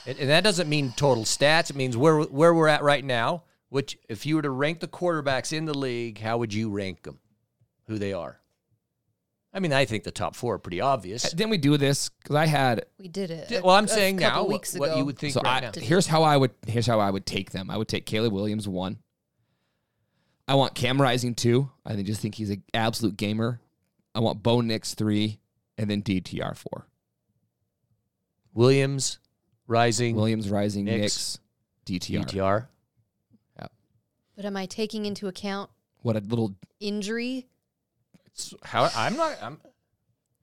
Speaker 1: And, and that doesn't mean total stats. It means where where we're at right now. Which, if you were to rank the quarterbacks in the league, how would you rank them? Who they are? I mean, I think the top four are pretty obvious.
Speaker 3: Didn't we do this? Because I had.
Speaker 2: We did it.
Speaker 1: Yeah,
Speaker 2: a-
Speaker 1: Well, I'm
Speaker 2: Uh, a
Speaker 1: saying
Speaker 2: couple
Speaker 1: now what,
Speaker 2: weeks
Speaker 1: what
Speaker 2: ago.
Speaker 1: you would think
Speaker 3: So
Speaker 1: right
Speaker 3: I,
Speaker 1: now.
Speaker 3: here's how I would here's how I would take them. I would take Caleb Williams one. I want Cam Rising two. I think- just think he's an absolute gamer. I want Bo Nix three, and then DTR four.
Speaker 1: Williams, Rising, E
Speaker 3: Williams Rising
Speaker 1: Nix.
Speaker 3: Nix, DTR.
Speaker 1: DTR.
Speaker 2: But am I taking into account
Speaker 3: What a little
Speaker 2: injury?
Speaker 1: It's how I'm not. I'm.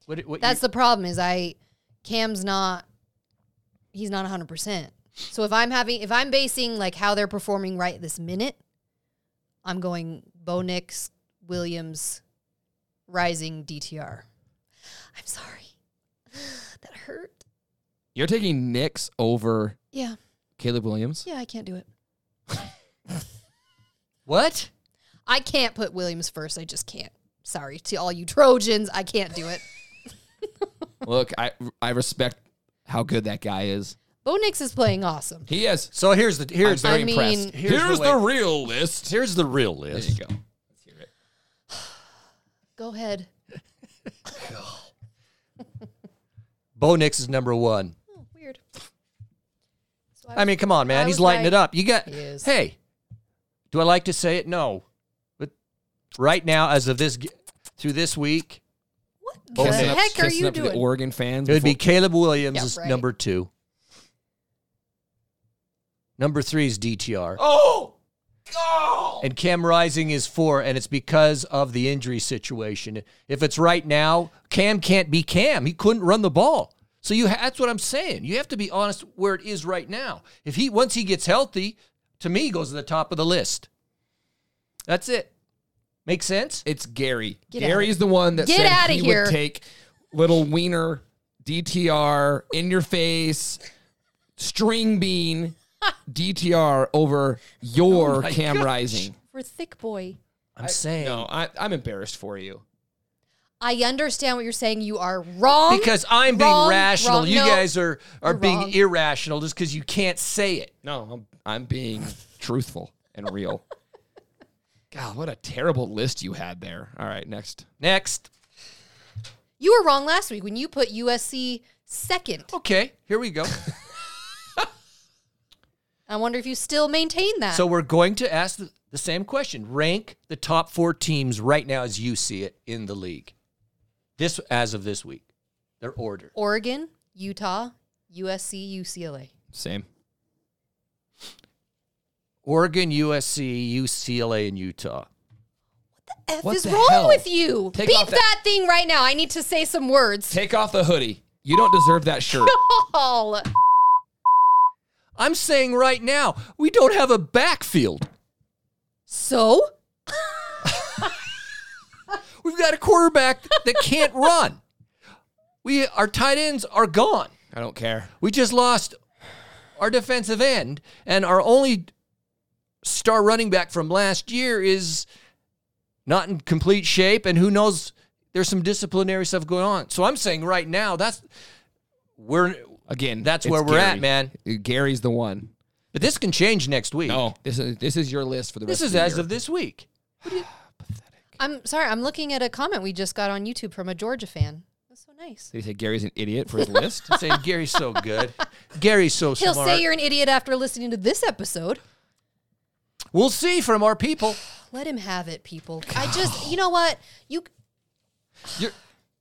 Speaker 1: What, what
Speaker 2: That's
Speaker 1: you,
Speaker 2: the problem. Is I Cam's not. He's not 100. percent So if I'm having, if I'm basing like how they're performing right this minute, I'm going Bo Nix, Williams, Rising, DTR. I'm sorry, that hurt.
Speaker 3: You're taking Nix over
Speaker 2: Yeah,
Speaker 3: Caleb Williams?
Speaker 2: yeah, I can't do it.
Speaker 1: what?
Speaker 2: I can't put Williams first. I just can't. Sorry to all you Trojans. I can't do it.
Speaker 3: Look, I I respect how good that guy is.
Speaker 2: Bo Nix is playing awesome.
Speaker 3: He is.
Speaker 1: So here's the here's
Speaker 2: I
Speaker 1: the,
Speaker 2: mean-
Speaker 3: impressed.
Speaker 1: Here's
Speaker 3: Here's,
Speaker 1: the
Speaker 3: the,
Speaker 1: way-
Speaker 3: real list.
Speaker 1: here's the real
Speaker 3: There
Speaker 1: list.
Speaker 3: you go. Let's hear it.
Speaker 2: Go ahead.
Speaker 1: Bo Nix is number one.
Speaker 2: Oh, weird. So
Speaker 1: I mean, come on, man.
Speaker 2: I
Speaker 1: He's
Speaker 2: was
Speaker 1: lighting
Speaker 2: right.
Speaker 1: it up. You got
Speaker 2: He is.
Speaker 1: hey. Do I like to say it? No, but right now, as of this through this week,
Speaker 2: what the
Speaker 1: Bo Nix.
Speaker 3: Kissing up-
Speaker 2: heck are
Speaker 3: kissing
Speaker 2: you
Speaker 3: up to The
Speaker 2: doing?
Speaker 3: Oregon fans.
Speaker 1: it would be
Speaker 3: before-
Speaker 1: Caleb Williams
Speaker 2: Yeah,
Speaker 1: is
Speaker 2: right.
Speaker 1: number two. Number three is DTR,
Speaker 3: Oh, God.
Speaker 1: and Cam Rising is four, and it's because of the injury situation. If it's right now, Cam can't be Cam. He couldn't run the ball. So you ha- that's what I'm saying. You have to be honest where it is right now. If he once he gets healthy, to me he goes to the top of the list. That's it. Make sense?
Speaker 3: It's Gary.
Speaker 2: Get
Speaker 3: Gary's the one that
Speaker 2: Get
Speaker 3: said
Speaker 2: outta
Speaker 3: he
Speaker 2: here.
Speaker 3: would take little wiener, DTR, in your face, string bean, DTR over your
Speaker 1: Oh my
Speaker 3: cam
Speaker 1: gosh.
Speaker 3: rising.
Speaker 2: We're thick boy.
Speaker 1: I'm saying
Speaker 3: No, I, I'm embarrassed for you.
Speaker 2: I understand what you're saying. You are wrong.
Speaker 1: because I'm being
Speaker 2: Wrong,
Speaker 1: rational.
Speaker 2: wrong,
Speaker 1: you
Speaker 2: no.
Speaker 1: guys are are
Speaker 2: You're
Speaker 1: being
Speaker 2: wrong.
Speaker 1: irrational just because you can't say it.
Speaker 3: No, I'm, I'm being truthful and real. God, what a terrible list you had there. All right, next.
Speaker 1: Next,
Speaker 2: you were wrong last week when you put USC second.
Speaker 1: okay, here we go.
Speaker 2: I wonder if you still maintain that.
Speaker 1: so we're going to ask the, the same question: rank the top four teams right now as you see it in the league. This as of this week, their order.
Speaker 2: Oregon, Utah, USC, UCLA.
Speaker 3: Same.
Speaker 1: Oregon, USC, UCLA, and Utah.
Speaker 2: F
Speaker 3: What
Speaker 2: is
Speaker 3: the
Speaker 2: wrong
Speaker 3: hell?
Speaker 2: with you?
Speaker 3: Take
Speaker 2: Beep
Speaker 3: off
Speaker 2: that.
Speaker 3: that-
Speaker 2: thing right now. I need to say some words.
Speaker 3: Take off the hoodie. You don't deserve that shirt.
Speaker 2: All
Speaker 1: I'm saying right now, we don't have a backfield.
Speaker 2: so
Speaker 1: We've got a quarterback that can't run. We our tight ends are gone.
Speaker 3: I don't care.
Speaker 1: We just lost our defensive end, and our only star running back from last year is not in complete shape, and who knows? There's some disciplinary stuff going on. So I'm saying right now, that's we're
Speaker 3: Again,
Speaker 1: That's
Speaker 3: it's
Speaker 1: where we're at,
Speaker 3: Gary.
Speaker 1: man.
Speaker 3: Gary's the one.
Speaker 1: but this can change next week.
Speaker 3: No, this is this is your list for the
Speaker 1: this
Speaker 3: rest.
Speaker 1: is
Speaker 3: of the
Speaker 1: as
Speaker 3: year.
Speaker 1: of this week.
Speaker 2: I'm sorry. I'm looking at a comment we just got on YouTube from a Georgia fan. That's so nice.
Speaker 3: Did he say Gary's an idiot for his list?
Speaker 1: Saying Gary's so good, Gary's so
Speaker 2: He'll
Speaker 1: smart.
Speaker 2: say you're an idiot after listening to this episode.
Speaker 1: we'll see from our people.
Speaker 2: Let him have it, people. I just, you know what? You
Speaker 3: You're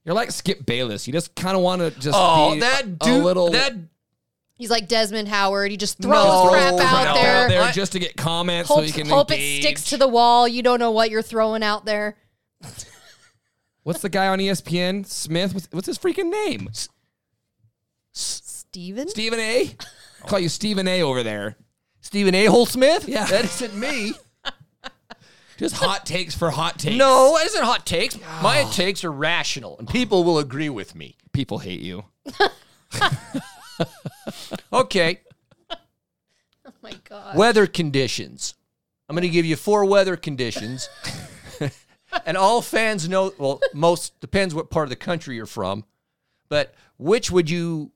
Speaker 3: you're like Skip Bayless. You just kind of want to just
Speaker 1: Oh,
Speaker 3: be
Speaker 1: that
Speaker 3: a-
Speaker 1: dude,
Speaker 3: a little
Speaker 1: that
Speaker 2: He's like Desmond Howard. He just throws
Speaker 1: No.
Speaker 2: crap
Speaker 1: Throws
Speaker 2: out
Speaker 1: crap
Speaker 2: there.
Speaker 3: out there
Speaker 1: I-
Speaker 3: just to get comments so
Speaker 2: Hope,
Speaker 3: you can
Speaker 2: hope it
Speaker 3: engage.
Speaker 2: sticks to the wall. You don't know what you're throwing out there.
Speaker 3: What's the guy on E ESPN? Smith. What's, what's his freaking name?
Speaker 2: Steven?
Speaker 3: Stephen A. I'll call you Stephen A. over there.
Speaker 1: Stephen A. Hole Smith.
Speaker 3: Yeah.
Speaker 1: that isn't me.
Speaker 3: Just hot takes for hot takes.
Speaker 1: No, it isn't hot takes. My takes are rational, and people will agree with me.
Speaker 3: people hate you.
Speaker 1: Okay,
Speaker 2: oh my God.
Speaker 1: weather conditions. I'm going to give you four weather conditions, and all fans know. Well, most depends what part of the country you're from, but which would you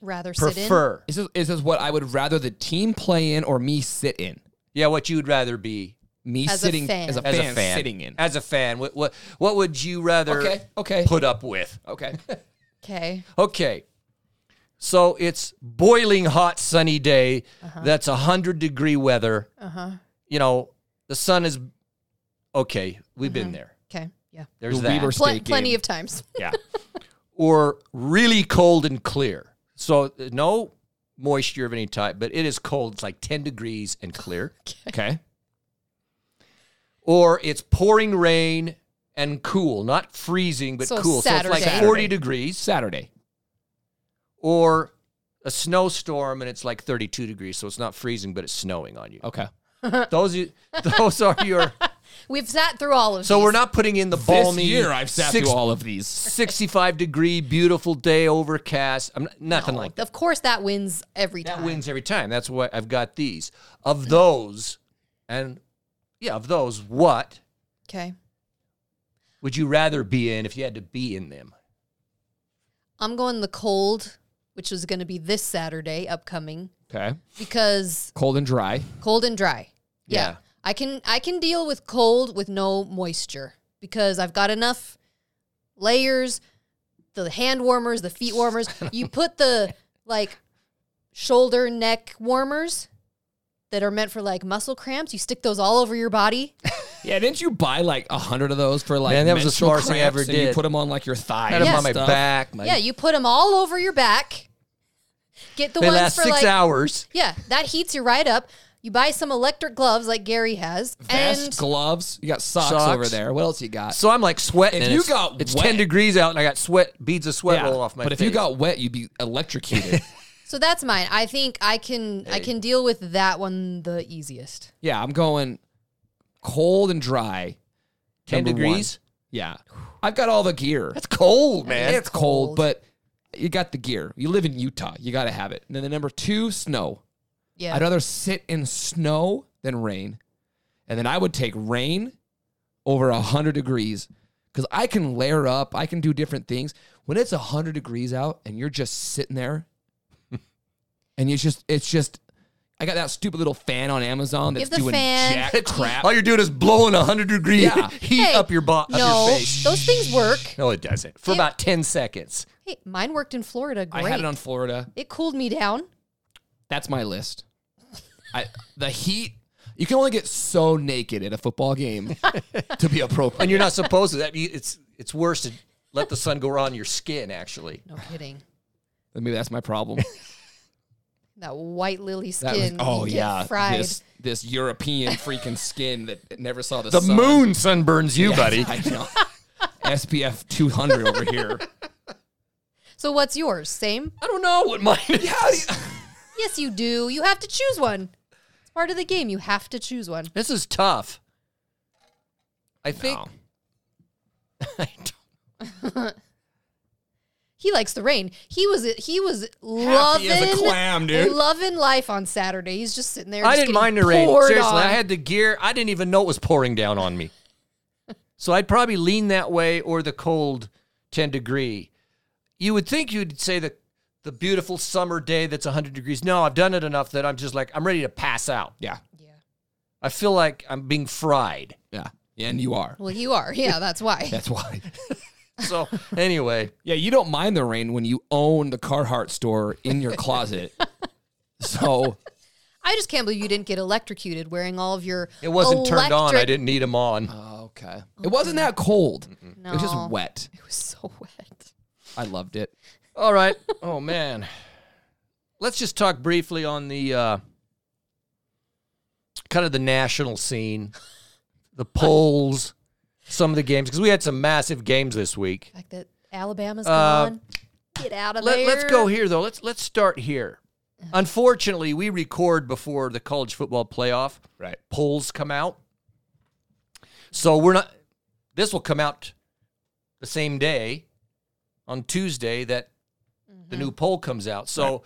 Speaker 2: Rather sit in.
Speaker 1: prefer?
Speaker 3: This is this is what I would rather the team play in or me sit in.
Speaker 1: Yeah, what you'd rather be
Speaker 3: Me
Speaker 2: As a
Speaker 3: sitting
Speaker 2: fan.
Speaker 3: as a
Speaker 1: as
Speaker 3: fan
Speaker 1: a fan,
Speaker 3: sitting in.
Speaker 1: as a fan. What what what would you rather
Speaker 3: Okay, okay.
Speaker 1: put up with?
Speaker 3: Okay.
Speaker 2: Okay.
Speaker 1: Okay. So it's boiling hot sunny day. That's a 100 degree weather.
Speaker 2: Uh-huh.
Speaker 1: You know, the sun is okay. We've
Speaker 2: Uh-huh.
Speaker 1: been there.
Speaker 2: Okay. Yeah.
Speaker 1: There's
Speaker 3: The
Speaker 1: that.
Speaker 3: Weber-
Speaker 2: Pl-
Speaker 3: Steak
Speaker 2: plenty
Speaker 3: game.
Speaker 2: of times.
Speaker 1: yeah. Or really cold and clear. So uh, no moisture of any type, but it is cold. It's like 10 degrees and clear.
Speaker 3: okay.
Speaker 1: Or it's pouring rain and cool, not freezing, but
Speaker 2: So
Speaker 1: cool. So it's like
Speaker 2: Saturday.
Speaker 1: 40 degrees.
Speaker 3: Saturday.
Speaker 1: Or a snowstorm and it's like 32 degrees. So it's not freezing, but it's snowing on you.
Speaker 3: Okay.
Speaker 1: Those you, those are your.
Speaker 2: We've sat through all of
Speaker 1: So
Speaker 2: these.
Speaker 1: we're not putting in the balmy.
Speaker 3: this year I've sat
Speaker 1: six-
Speaker 3: through all of these.
Speaker 1: 65 degree, beautiful day, overcast. I'm not, nothing like that.
Speaker 2: Of course, that wins every
Speaker 1: That
Speaker 2: time.
Speaker 1: wins every time. That's why I've got these. Of those, and yeah, of those, what
Speaker 2: Okay.
Speaker 1: would you rather be in if you had to be in them?
Speaker 2: I'm going the cold, which is going to be this Saturday upcoming
Speaker 3: Okay.
Speaker 2: because
Speaker 3: Cold and dry.
Speaker 2: cold and dry. Yeah.
Speaker 1: Yeah.
Speaker 2: I can I can deal with cold with no moisture because I've got enough layers, the hand warmers, the feet warmers. You put the like shoulder neck warmers that are meant for like muscle cramps, you stick those all over your body.
Speaker 3: Yeah, didn't you buy like a hundred of those for like?
Speaker 1: Man, that was the
Speaker 3: menstrual
Speaker 1: smartest thing I
Speaker 3: cramps
Speaker 1: ever
Speaker 3: and You
Speaker 1: did.
Speaker 3: put them on like your thigh.
Speaker 1: I had
Speaker 3: and
Speaker 1: them on
Speaker 2: Yes.
Speaker 1: my
Speaker 3: stuff?
Speaker 1: back. My,
Speaker 2: yeah, you put them all over your back. Get the
Speaker 1: they
Speaker 2: ones
Speaker 1: last
Speaker 2: for
Speaker 1: six
Speaker 2: like
Speaker 1: hours.
Speaker 2: Yeah, that heats you right up. You buy some electric gloves like Gary has
Speaker 3: Vest,
Speaker 2: and
Speaker 3: gloves. You got socks,
Speaker 1: Socks.
Speaker 3: over there. What else you got?
Speaker 1: So I'm like sweating.
Speaker 3: If
Speaker 1: and
Speaker 3: you
Speaker 1: it's,
Speaker 3: got
Speaker 1: it's
Speaker 3: wet-
Speaker 1: ten degrees out, and I got sweat beads of sweat rolling off my.
Speaker 3: but if
Speaker 1: face.
Speaker 3: you got wet, you'd be electrocuted.
Speaker 2: So that's mine. I think I can I can deal with that one the easiest.
Speaker 3: yeah, I'm going cold and dry.
Speaker 1: ten
Speaker 3: number one.
Speaker 1: degrees,
Speaker 3: Yeah, I've got all the gear.
Speaker 1: that's cold, man.
Speaker 3: it's cold,
Speaker 2: cold.
Speaker 3: but you got the gear. You live in Utah. You got to have it. And then the number two, snow.
Speaker 2: Yeah.
Speaker 3: I'd rather sit in snow than rain. And then I would take rain over 100 degrees because I can layer up, I can do different things. When it's 100 degrees out and you're just sitting there and it's just, it's just, I got that stupid little fan on Amazon
Speaker 2: Give
Speaker 3: that's
Speaker 2: the
Speaker 3: doing
Speaker 2: fan.
Speaker 3: jack crap.
Speaker 1: All you're doing is blowing a hundred degree
Speaker 3: Yeah.
Speaker 1: heat
Speaker 2: Hey,
Speaker 1: up your body.
Speaker 2: no,
Speaker 1: your face.
Speaker 2: those things work.
Speaker 1: no, it doesn't. For
Speaker 2: It-
Speaker 1: about ten seconds.
Speaker 2: Hey, mine worked in Florida. Great.
Speaker 3: I had it on Florida.
Speaker 2: It cooled me down.
Speaker 3: That's my list. I, the heat, you can only get so naked at a football game to be appropriate.
Speaker 1: and you're not supposed to. That it's it's worse to let the sun go on your skin. Actually,
Speaker 2: No kidding.
Speaker 3: Maybe that's my problem.
Speaker 2: That white lily
Speaker 3: That was,
Speaker 2: skin.
Speaker 3: oh
Speaker 2: you get
Speaker 3: yeah,
Speaker 2: fried.
Speaker 3: this this European freaking skin that never saw the,
Speaker 1: the
Speaker 3: sun.
Speaker 1: moon sunburns you, buddy.
Speaker 3: I know. SPF 200 over here.
Speaker 2: So what's yours? Same?
Speaker 1: I don't know what mine is.
Speaker 2: Yes, you do. You have to choose one. It's part of the game. You have to choose one.
Speaker 1: This is tough. I think.
Speaker 3: No.
Speaker 1: I don't-
Speaker 2: He likes the rain. He was he was loving
Speaker 3: as a clam, dude.
Speaker 2: loving life on Saturday. He's just sitting there.
Speaker 1: I
Speaker 2: just
Speaker 1: didn't
Speaker 2: getting
Speaker 1: mind the rain.
Speaker 2: poured
Speaker 1: Seriously,
Speaker 2: on.
Speaker 1: I had the gear. I didn't even know it was pouring down on me. so I'd probably lean that way or the cold 10 degree. You would think you'd say the the beautiful summer day that's 100 degrees. No, I've done it enough that I'm just like I'm ready to pass out.
Speaker 3: Yeah,
Speaker 2: yeah.
Speaker 1: I feel like I'm being fried.
Speaker 3: yeah, and you are.
Speaker 2: Well, you are. Yeah, that's why.
Speaker 3: That's why.
Speaker 1: So anyway,
Speaker 3: Yeah, you don't mind the rain when you own the Carhartt store in your closet. so
Speaker 2: I just can't believe you didn't get electrocuted wearing all of your.
Speaker 1: it wasn't turned on. I
Speaker 2: electric-
Speaker 1: didn't need them on.
Speaker 3: okay, it wasn't that cold. It was
Speaker 2: No.
Speaker 3: just wet.
Speaker 2: It was so wet.
Speaker 3: I loved it.
Speaker 1: All right. Oh man. Let's just talk briefly on the uh, kind of the national scene, the polls, some of the games because we had some massive games this week.
Speaker 2: The fact that Alabama's
Speaker 1: Uh,
Speaker 2: gone. Get out of
Speaker 1: Let,
Speaker 2: there.
Speaker 1: let's go here though. Let's let's start here. Unfortunately, we record before the college football playoff
Speaker 3: Right.
Speaker 1: polls come out, so we're not. This will come out the same day on Tuesday that the new poll comes out. So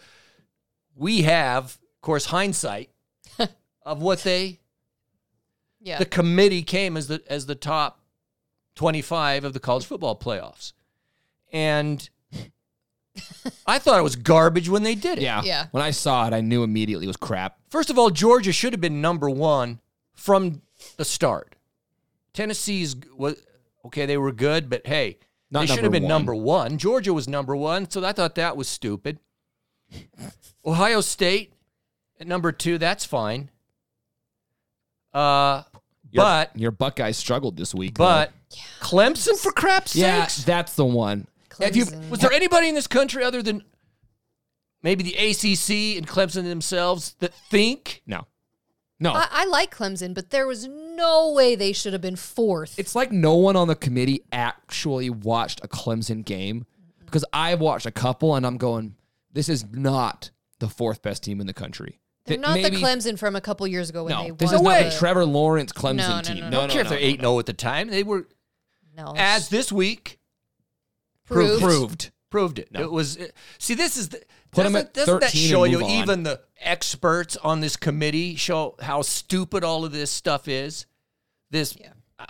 Speaker 1: we have, of course, hindsight of what they
Speaker 2: Yeah.
Speaker 1: the committee came as the as the top 25 of the college football playoffs. And I thought it was garbage when they did it.
Speaker 3: Yeah.
Speaker 2: Yeah.
Speaker 3: When I saw it, I knew immediately it was crap.
Speaker 1: First of all, Georgia should have been number 1 from the start. Tennessee's was okay, they were good, but hey,
Speaker 3: Not
Speaker 1: they should have
Speaker 3: number
Speaker 1: been
Speaker 3: one.
Speaker 1: number 1. Georgia was number 1, so I thought that was stupid. Ohio State at number 2, that's fine. Uh
Speaker 3: Your-
Speaker 1: but
Speaker 3: your Buckeyes struggled this week. though.
Speaker 1: But Clemson for crap's
Speaker 3: yeah,
Speaker 1: sakes.
Speaker 3: that's the one.
Speaker 1: Have you-
Speaker 2: Clemson.
Speaker 1: was there anybody in this country other than maybe the ACC and Clemson themselves that think
Speaker 3: No, no.
Speaker 2: I, I like Clemson, but there was no way they should have been fourth.
Speaker 3: It's like no one on the committee actually watched a Clemson game because I've watched a couple and I'm going, this is not the fourth best team in the country.
Speaker 2: They're
Speaker 3: Th-
Speaker 2: not
Speaker 3: maybe-
Speaker 2: the Clemson from a couple years ago when
Speaker 3: No,
Speaker 2: they won.
Speaker 3: this is not the
Speaker 2: the-
Speaker 3: Trevor Lawrence Clemson
Speaker 2: No, no,
Speaker 3: team.
Speaker 2: no, no.
Speaker 1: I don't care if they're 8 0 at the time. They were,
Speaker 2: no,
Speaker 1: as this week
Speaker 2: proved.
Speaker 3: Proved.
Speaker 1: proved it. It was, see, this is the.
Speaker 3: Put 'em
Speaker 1: doesn't-
Speaker 3: at
Speaker 1: doesn't that
Speaker 3: 13 and
Speaker 1: show you
Speaker 3: move on.
Speaker 1: even the experts on this committee show how stupid all of this stuff is? This th- uh,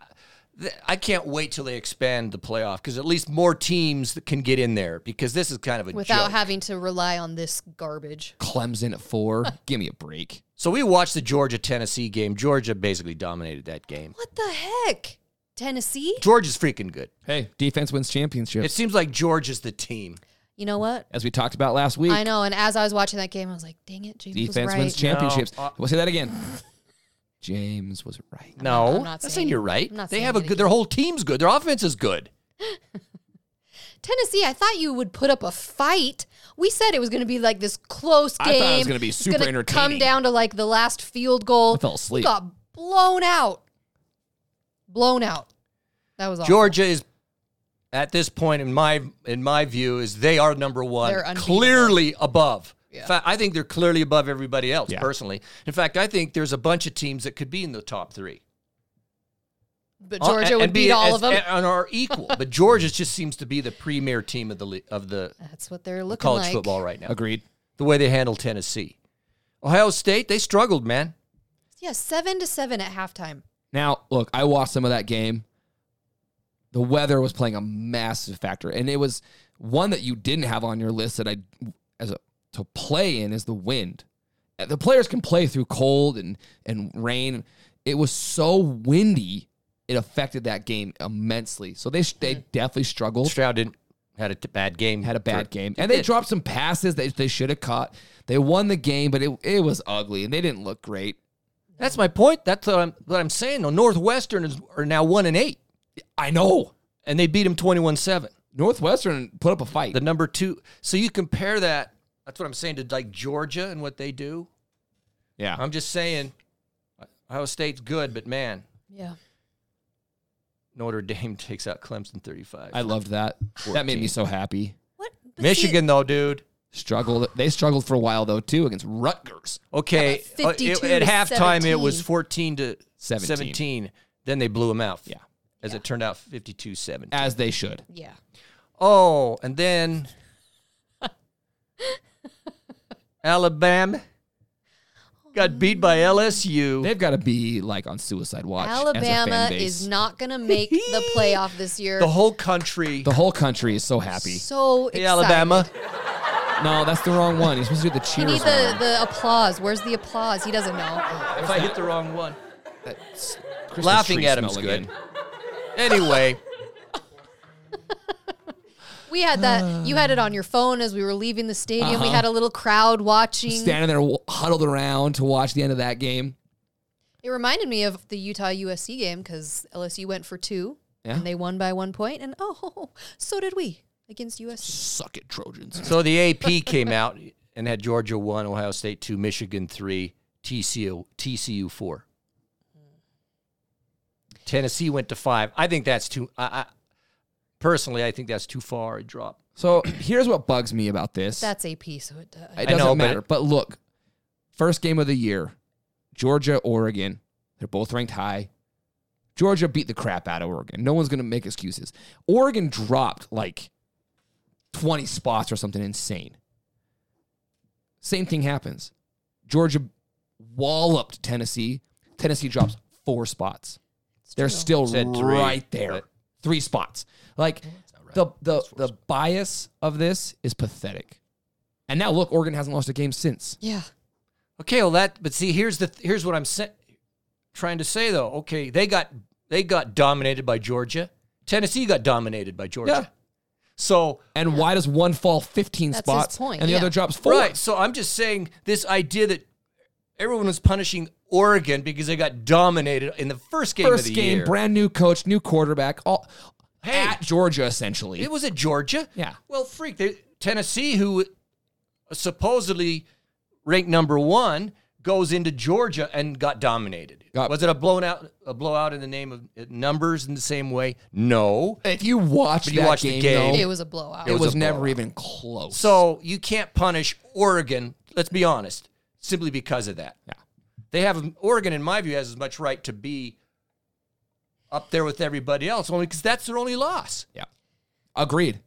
Speaker 1: I can't wait till they expand the playoff because at least more teams that can get in there because this is kind of a
Speaker 2: without
Speaker 1: joke.
Speaker 2: having to rely on this garbage.
Speaker 3: Clemson at four. Give me a break.
Speaker 1: so we watched the Georgia Tennessee game. Georgia basically dominated that game.
Speaker 2: What the heck? Tennessee?
Speaker 1: Georgia's freaking good.
Speaker 3: Hey, defense wins championships.
Speaker 1: It seems like Georgia's the team.
Speaker 2: You know what?
Speaker 3: as we talked about last week,
Speaker 2: I know. And as I was watching that game, I was like, dang it, James
Speaker 3: defense
Speaker 2: was right.
Speaker 3: wins championships.
Speaker 1: No, uh,
Speaker 3: we'll say that again. James was right.
Speaker 1: No,
Speaker 2: I'm not
Speaker 1: I'm
Speaker 2: saying-
Speaker 1: saying you're right.
Speaker 2: I'm not
Speaker 1: they
Speaker 2: saying
Speaker 1: have a
Speaker 2: it
Speaker 1: good. Their whole team's good. Their offense is good.
Speaker 2: Tennessee, I thought you would put up a fight. We said it was going to be like this close
Speaker 3: I thought
Speaker 2: game.
Speaker 3: it was gonna be
Speaker 2: It's
Speaker 3: super
Speaker 2: gonna Come
Speaker 3: entertaining.
Speaker 2: down to like the last field goal.
Speaker 3: I fell
Speaker 2: You
Speaker 3: asleep.
Speaker 2: Got blown out. Blown out. That was all.
Speaker 1: Georgia is at this point in my in my view is they are number one,
Speaker 2: They're unbeatable.
Speaker 1: clearly above.
Speaker 2: Yeah.
Speaker 1: In fact, I think they're clearly above everybody else
Speaker 3: Yeah.
Speaker 1: personally. In fact, I think there's a bunch of teams that could be in the top three. Uh,
Speaker 2: But Georgia
Speaker 3: Oh,
Speaker 1: And-
Speaker 2: would
Speaker 1: and be
Speaker 2: beat all
Speaker 1: as-
Speaker 2: of them.
Speaker 1: and are equal. but Georgia just seems to be the premier team of the le- of the
Speaker 2: That's what they're looking
Speaker 1: college
Speaker 2: like.
Speaker 1: football right now.
Speaker 3: Agreed.
Speaker 1: The way they handle Tennessee, Ohio State, they struggled, man.
Speaker 2: Yeah, seven to seven at halftime.
Speaker 3: Now, look, I watched some of that game. The weather was playing a massive factor, and it was one that you didn't have on your list that I as a to play in is the wind. Uh, The players can play through cold and and rain. It was so windy, it affected that game immensely. So they they definitely struggled.
Speaker 1: Stroud didn't had a t- bad game.
Speaker 3: had a bad
Speaker 1: for-
Speaker 3: game. And they dropped some passes that they should have caught. They won the game, but it, it was ugly and they didn't look great.
Speaker 1: That's my point. That's what I'm, what I'm saying. though. Northwestern is, are now one and eight.
Speaker 3: I know.
Speaker 1: and they beat him 21-7
Speaker 3: Northwestern put up a fight.
Speaker 1: the number two so you compare that that's what i'm saying to like georgia and what they do
Speaker 3: yeah.
Speaker 1: i'm just saying ohio state's good but man
Speaker 2: Yeah.
Speaker 1: notre dame takes out clemson 35
Speaker 3: I loved that. That made me so happy.
Speaker 2: What? but see,
Speaker 1: michigan though dude
Speaker 3: Struggled. They struggled for a while though too against Rutgers.
Speaker 1: okay
Speaker 2: How about
Speaker 1: uh, it-
Speaker 2: 52
Speaker 1: at
Speaker 2: to
Speaker 1: halftime it was
Speaker 2: 17?
Speaker 1: 14 to 17.
Speaker 3: 17.
Speaker 1: then they blew him out
Speaker 3: Yeah.
Speaker 1: as it turned out 52-7
Speaker 3: As they should.
Speaker 2: yeah.
Speaker 1: oh and then alabama got beat by lsu
Speaker 3: They've got to be like on suicide watch. as a fan
Speaker 2: Alabama
Speaker 3: base.
Speaker 2: is not going to make the playoff this year.
Speaker 1: The whole country.
Speaker 3: The whole country is so happy.
Speaker 2: so excited.
Speaker 1: Hey, Alabama.
Speaker 3: No, that's the wrong one. You're supposed to do the
Speaker 2: You
Speaker 3: cheers.
Speaker 2: need the, the applause. Where's the applause? He doesn't know.
Speaker 1: If I hit the wrong one.
Speaker 3: one. That's Christmas
Speaker 1: Laughing
Speaker 3: tree
Speaker 1: at him's
Speaker 3: smell
Speaker 1: good.
Speaker 3: again.
Speaker 1: Anyway,
Speaker 2: We had that. You had it on your phone as we were leaving the stadium.
Speaker 3: Uh-huh.
Speaker 2: We had a little crowd watching.
Speaker 3: Standing there w- huddled around to watch the end of that game.
Speaker 2: It reminded me of the Utah USC game because LSU went for two
Speaker 3: Yeah.
Speaker 2: and they won by one point, and oh, so did we against USC.
Speaker 3: Suck it, Trojans.
Speaker 1: so the AP came out and had Georgia 1, Ohio State 2, Michigan 3, TCU, TCU 4. Tennessee went to 5. I think that's too I, I personally I think that's too far a drop.
Speaker 3: So here's what bugs me about this.
Speaker 2: That's AP, so it uh, does.
Speaker 3: it
Speaker 1: I
Speaker 3: doesn't
Speaker 1: know, but-
Speaker 3: matter. But, look, first game of the year, Georgia, Oregon. They're both ranked high. Georgia beat the crap out of Oregon. No one's gonna make excuses. Oregon dropped like 20 spots or something insane. Same thing happens. Georgia walloped Tennessee. Tennessee drops four spots. They're
Speaker 2: true.
Speaker 3: still
Speaker 1: Said three,
Speaker 3: right there.
Speaker 1: but-
Speaker 3: Three spots. Like the the the bias of this is pathetic. And now look, Oregon hasn't lost a game since.
Speaker 2: yeah,
Speaker 1: Okay, well that but see here's the here's what I'm sa- trying to say though. Okay, they got they got dominated by Georgia. Tennessee got dominated by Georgia.
Speaker 3: Yeah.
Speaker 1: So
Speaker 3: And why does one fall 15
Speaker 2: That's his
Speaker 3: spots
Speaker 2: point,
Speaker 3: and the
Speaker 2: yeah.
Speaker 3: other drops four?
Speaker 1: Right. So I'm just saying this idea that everyone was punishing Oregon because they got dominated in the first game of
Speaker 3: First
Speaker 1: the
Speaker 3: game,
Speaker 1: year.
Speaker 3: brand new coach, new quarterback, all
Speaker 1: Hey.
Speaker 3: at Georgia essentially.
Speaker 1: it was at Georgia.
Speaker 3: Yeah.
Speaker 1: Well, freak. They, Tennessee, who supposedly ranked number one, goes into Georgia and got dominated.
Speaker 3: Got-
Speaker 1: was it a blown out a blowout in the name of uh, numbers in the same way? No.
Speaker 3: if you watched
Speaker 1: But you
Speaker 3: that
Speaker 1: watched the
Speaker 3: game,
Speaker 1: game.
Speaker 3: though,
Speaker 2: it
Speaker 3: Oh. it,
Speaker 2: was a blowout.
Speaker 1: It
Speaker 3: was,
Speaker 1: was a
Speaker 3: never
Speaker 1: blowout.
Speaker 3: even close.
Speaker 1: So you can't punish Oregon. Let's be honest, simply because of that.
Speaker 3: Yeah.
Speaker 1: they have um, Oregon, in my view, has as much right to be up there with everybody else, only because that's their only loss.
Speaker 3: yeah. Agreed.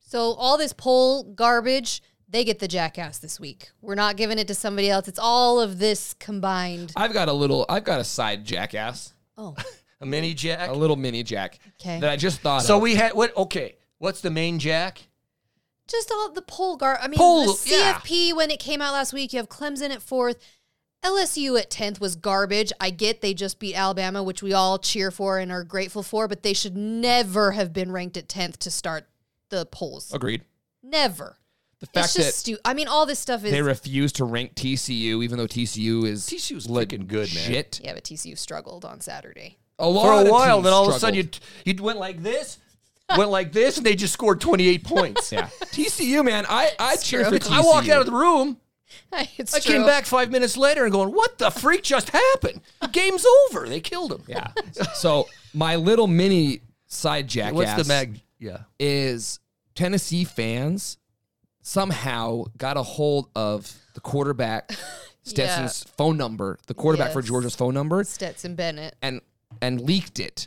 Speaker 2: so all this poll garbage, they get the jackass this week. We're not giving it to somebody else. It's all of this combined.
Speaker 3: I've got a little I've got a side jackass.
Speaker 2: Oh,
Speaker 1: a mini jack.
Speaker 3: a little mini jack
Speaker 2: Okay.
Speaker 3: that I just thought
Speaker 1: So
Speaker 3: of.
Speaker 1: we had what? Okay, what's the main jack?
Speaker 2: Just all the poll guard. I mean,
Speaker 1: Poll,
Speaker 2: the CFP when it came out last week, you have Clemson at fourth. LSU at 10th was garbage. I get they just beat Alabama, which we all cheer for and are grateful for, but they should never have been ranked at 10th to start the polls.
Speaker 3: agreed.
Speaker 2: Never.
Speaker 3: The
Speaker 2: It's
Speaker 3: fact that
Speaker 2: just stupid. I mean, all this stuff is.
Speaker 3: they refuse to rank TCU, even though TCU is
Speaker 1: TCU's looking good, man.
Speaker 3: Shit.
Speaker 2: yeah, but TCU struggled on Saturday.
Speaker 3: A lot
Speaker 1: For a
Speaker 3: of
Speaker 1: while,
Speaker 3: teams
Speaker 1: then all of a sudden
Speaker 3: struggled.
Speaker 1: you you went like this, went like this, and they just scored twenty eight points.
Speaker 3: Yeah. TCU, man. I, I cheer for TCU.
Speaker 1: I walked out of the room.
Speaker 2: it's
Speaker 1: I came
Speaker 2: true.
Speaker 1: back five minutes later and going, "What the freak just happened? The game's over. They killed him."
Speaker 3: Yeah. So my little mini side jackass
Speaker 1: What's the mag? Yeah.
Speaker 3: is Tennessee fans somehow got a hold of the quarterback Stetson's phone number, the quarterback for
Speaker 2: Yes.
Speaker 3: Georgia's phone number,
Speaker 2: Stetson Bennett.
Speaker 3: and and leaked it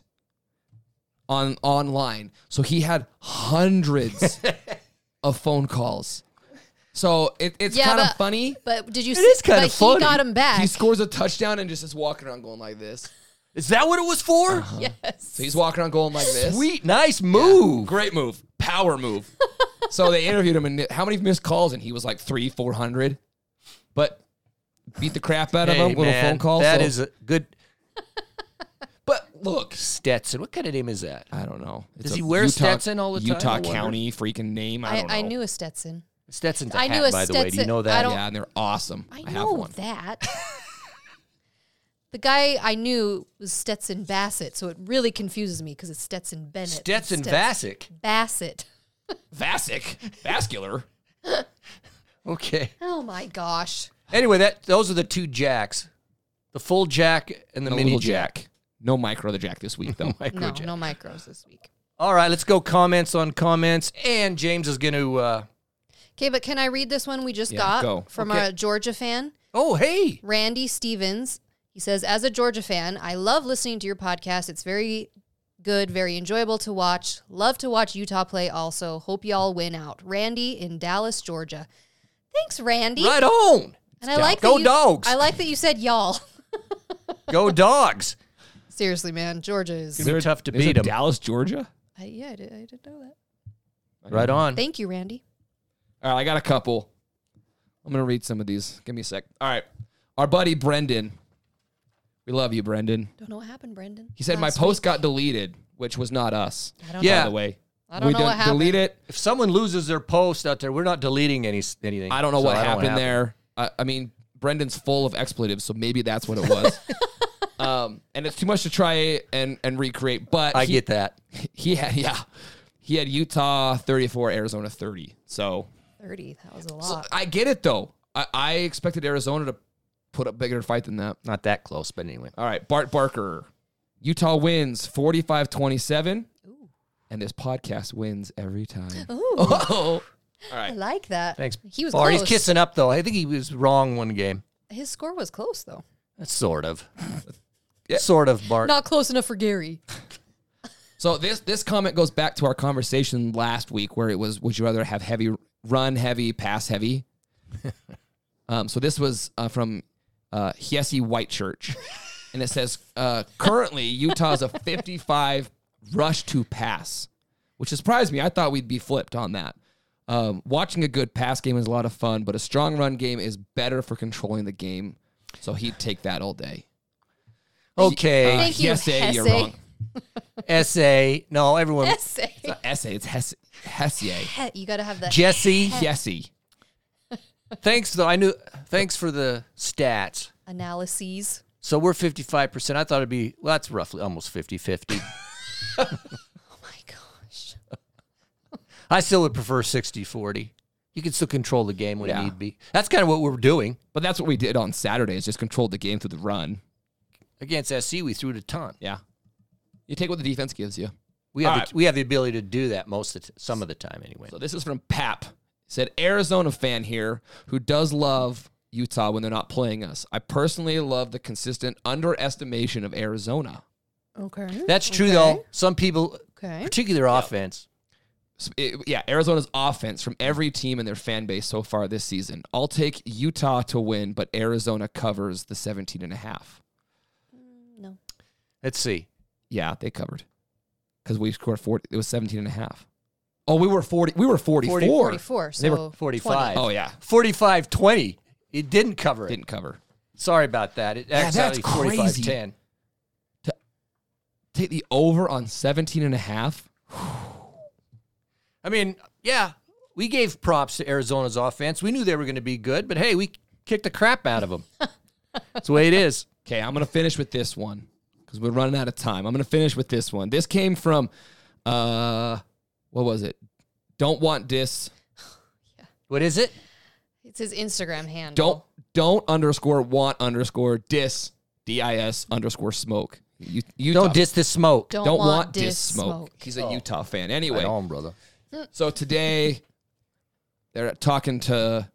Speaker 3: on online. So he had hundreds of phone calls. So it, it's
Speaker 2: Yeah,
Speaker 3: kind of
Speaker 2: but-
Speaker 3: funny.
Speaker 2: But did you? It
Speaker 1: is kinda
Speaker 2: but
Speaker 1: funny.
Speaker 2: He got him back.
Speaker 3: He scores a touchdown and just is walking around going like this.
Speaker 1: Is that what it was for?
Speaker 3: Uh-huh.
Speaker 2: yes.
Speaker 3: So he's walking around going like this.
Speaker 1: Sweet, nice move.
Speaker 3: Great move. Power move. so they interviewed him, and how many missed calls? And he was like three, 400. But beat the crap out of him with a phone call.
Speaker 1: That
Speaker 3: so-
Speaker 1: is a good
Speaker 3: But look,
Speaker 1: Stetson. What kind of name is that?
Speaker 3: I don't know. It's
Speaker 1: Does
Speaker 3: a
Speaker 1: he wear
Speaker 3: Utah-
Speaker 1: Stetson all the time? I
Speaker 3: Utah
Speaker 1: wonder.
Speaker 3: County freaking name. I
Speaker 2: I,
Speaker 3: don't know.
Speaker 2: I knew a Stetson.
Speaker 1: Stetson's a
Speaker 2: I
Speaker 1: hat,
Speaker 2: knew a
Speaker 1: by the way. Do you
Speaker 2: Stetson-
Speaker 1: know that?
Speaker 2: I don't-
Speaker 3: Yeah, and they're awesome.
Speaker 2: I,
Speaker 3: I, have
Speaker 2: know
Speaker 3: one.
Speaker 2: that. the guy I knew was Stetson Bassett, so it really confuses me because it's Stetson Bennett.
Speaker 1: Stetson
Speaker 2: Stet-
Speaker 1: Vasic.
Speaker 2: Bassett.
Speaker 3: Vasic, vascular.
Speaker 1: Okay.
Speaker 2: Oh my gosh.
Speaker 1: Anyway, that those are the two jacks, the full jack and the,
Speaker 3: The
Speaker 1: mini
Speaker 3: little
Speaker 1: jack.
Speaker 3: jack. No micro the jack this week though.
Speaker 2: No, no micros this week.
Speaker 1: All right, let's go comments on comments, and James is going to. Uh,
Speaker 2: Okay, but can I read this one we just
Speaker 3: Yeah,
Speaker 2: got
Speaker 3: go.
Speaker 2: from
Speaker 1: Okay.
Speaker 2: a Georgia fan?
Speaker 1: oh, hey,
Speaker 2: Randy Stevens. He says, as a Georgia fan, I love listening to your podcast. It's very good, very enjoyable to watch. Love to watch Utah play also. Hope y'all win out. Randy in Dallas, Georgia. Thanks, Randy.
Speaker 1: right on,
Speaker 2: And I like
Speaker 1: Go
Speaker 2: that you,
Speaker 1: dogs.
Speaker 2: I like that you said y'all.
Speaker 1: go dogs.
Speaker 2: Seriously, man, Georgia is.
Speaker 1: Good. They're tough to
Speaker 3: there's a
Speaker 1: beat 'em.
Speaker 3: Dallas, Georgia.
Speaker 2: I, yeah, I, did, I didn't know that.
Speaker 1: Right on.
Speaker 2: Thank you, Randy.
Speaker 3: All right, I got a couple. I'm gonna read some of these. Give me a sec. All right, our buddy Brendan. We love you, Brendan.
Speaker 2: Don't know what happened, Brendan.
Speaker 3: He said my
Speaker 2: Last
Speaker 3: post
Speaker 2: week.
Speaker 3: got deleted, which was not us.
Speaker 2: I don't
Speaker 1: Yeah.
Speaker 3: By the way,
Speaker 2: I don't
Speaker 3: we
Speaker 2: know
Speaker 3: didn't
Speaker 2: what happened.
Speaker 3: delete it.
Speaker 1: If someone loses their post out there, we're not deleting any anything.
Speaker 3: I don't know
Speaker 1: So
Speaker 3: what
Speaker 1: don't
Speaker 3: happened
Speaker 1: have it.
Speaker 3: there. I, I mean, Brendan's full of expletives, so maybe that's what it was. um, and it's too much to try and and recreate. But
Speaker 1: I
Speaker 3: he-
Speaker 1: get that.
Speaker 3: he had yeah, he had Utah 34, Arizona 30. So
Speaker 2: know. 30. That was a lot.
Speaker 3: So, I get it though. I, I expected Arizona to put up bigger fight than that.
Speaker 1: Not that close, but anyway.
Speaker 3: All right, Bart Barker. Utah wins 45-27 and this podcast wins every time.
Speaker 2: Ooh,
Speaker 3: Oh. All
Speaker 2: I
Speaker 3: right.
Speaker 2: like that.
Speaker 1: Thanks.
Speaker 2: He was
Speaker 1: Or he's
Speaker 2: close.
Speaker 1: kissing up though. I think he was wrong one game.
Speaker 2: His score was close, though.
Speaker 1: Sort of. Sort of, Bart.
Speaker 2: Not close enough for Gary.
Speaker 3: So this this comment goes back to our conversation last week where it was would you rather have heavy run heavy, pass heavy? um, so this was uh, from uh, Hiesi Whitechurch. And it says uh, currently Utah's a 55 rush to pass, which surprised me. I thought we'd be flipped on that. Um, watching a good pass game is a lot of fun, but a strong run game is better for controlling the game. So he'd take that all day.
Speaker 1: Okay.
Speaker 2: Thank you,
Speaker 3: Hiesi, you're
Speaker 2: Hesse.
Speaker 3: wrong.
Speaker 1: Essay. No, everyone.
Speaker 2: Essay.
Speaker 3: Essay, it's Hesse. Hessier.
Speaker 2: Heh, You got to have that.
Speaker 1: Jesse.
Speaker 3: Yesy.
Speaker 1: Thanks though. I knew. Thanks for the stats.
Speaker 2: analyses.
Speaker 1: So we're 55%. I thought it'd be, well, that's roughly almost 50 50.
Speaker 2: Oh my gosh.
Speaker 1: I still would prefer 60 40. You can still control the game when
Speaker 3: Yeah.
Speaker 1: need be. That's kind of what we're doing.
Speaker 3: But that's what we did on Saturday is just controlled the game through the run.
Speaker 1: Against SC, we threw it a ton.
Speaker 3: Yeah. You take what the defense gives you.
Speaker 1: We have,
Speaker 3: All
Speaker 1: the,
Speaker 3: right.
Speaker 1: we have the ability to do that most of the, t- some of the time anyway.
Speaker 3: So this is from Pap. Said Arizona fan here who does love Utah when they're not playing us. I personally love the consistent underestimation of Arizona.
Speaker 2: Okay.
Speaker 1: That's true though. Some people,
Speaker 2: Okay.
Speaker 1: particular offense,
Speaker 3: S- it- yeah, Arizona's offense from every team in their fan base so far this season. I'll take Utah to win, but Arizona covers the 17 and a half.
Speaker 2: No.
Speaker 1: let's see.
Speaker 3: Yeah, they covered. Because we scored 40. It was 17 and a half. Oh, we were 40. We were 44.
Speaker 2: 44. So
Speaker 1: They were 45.
Speaker 3: Oh, yeah.
Speaker 1: 45 20. It didn't cover it.
Speaker 3: Didn't cover.
Speaker 1: Sorry about that. It
Speaker 3: Yeah, that's
Speaker 1: actually 45
Speaker 3: crazy.
Speaker 1: 10.
Speaker 3: Take the over on 17 and a half.
Speaker 1: I mean, yeah, we gave props to Arizona's offense. We knew they were going to be good, but hey, we kicked the crap out of them. That's the way it is.
Speaker 3: Okay, I'm going to finish with this one because we're running out of time. I'm going to finish with this one. This came from, uh, what was it? Don't want dis.
Speaker 1: What is it?
Speaker 2: It's his Instagram handle.
Speaker 3: Don't don't underscore want underscore dis d i s underscore smoke. You you
Speaker 1: Don't diss the smoke.
Speaker 2: Don't,
Speaker 3: don't
Speaker 2: want,
Speaker 3: want dis
Speaker 2: dis
Speaker 3: smoke. He's a Utah fan. Anyway,
Speaker 1: on, brother.
Speaker 3: So today, they're talking to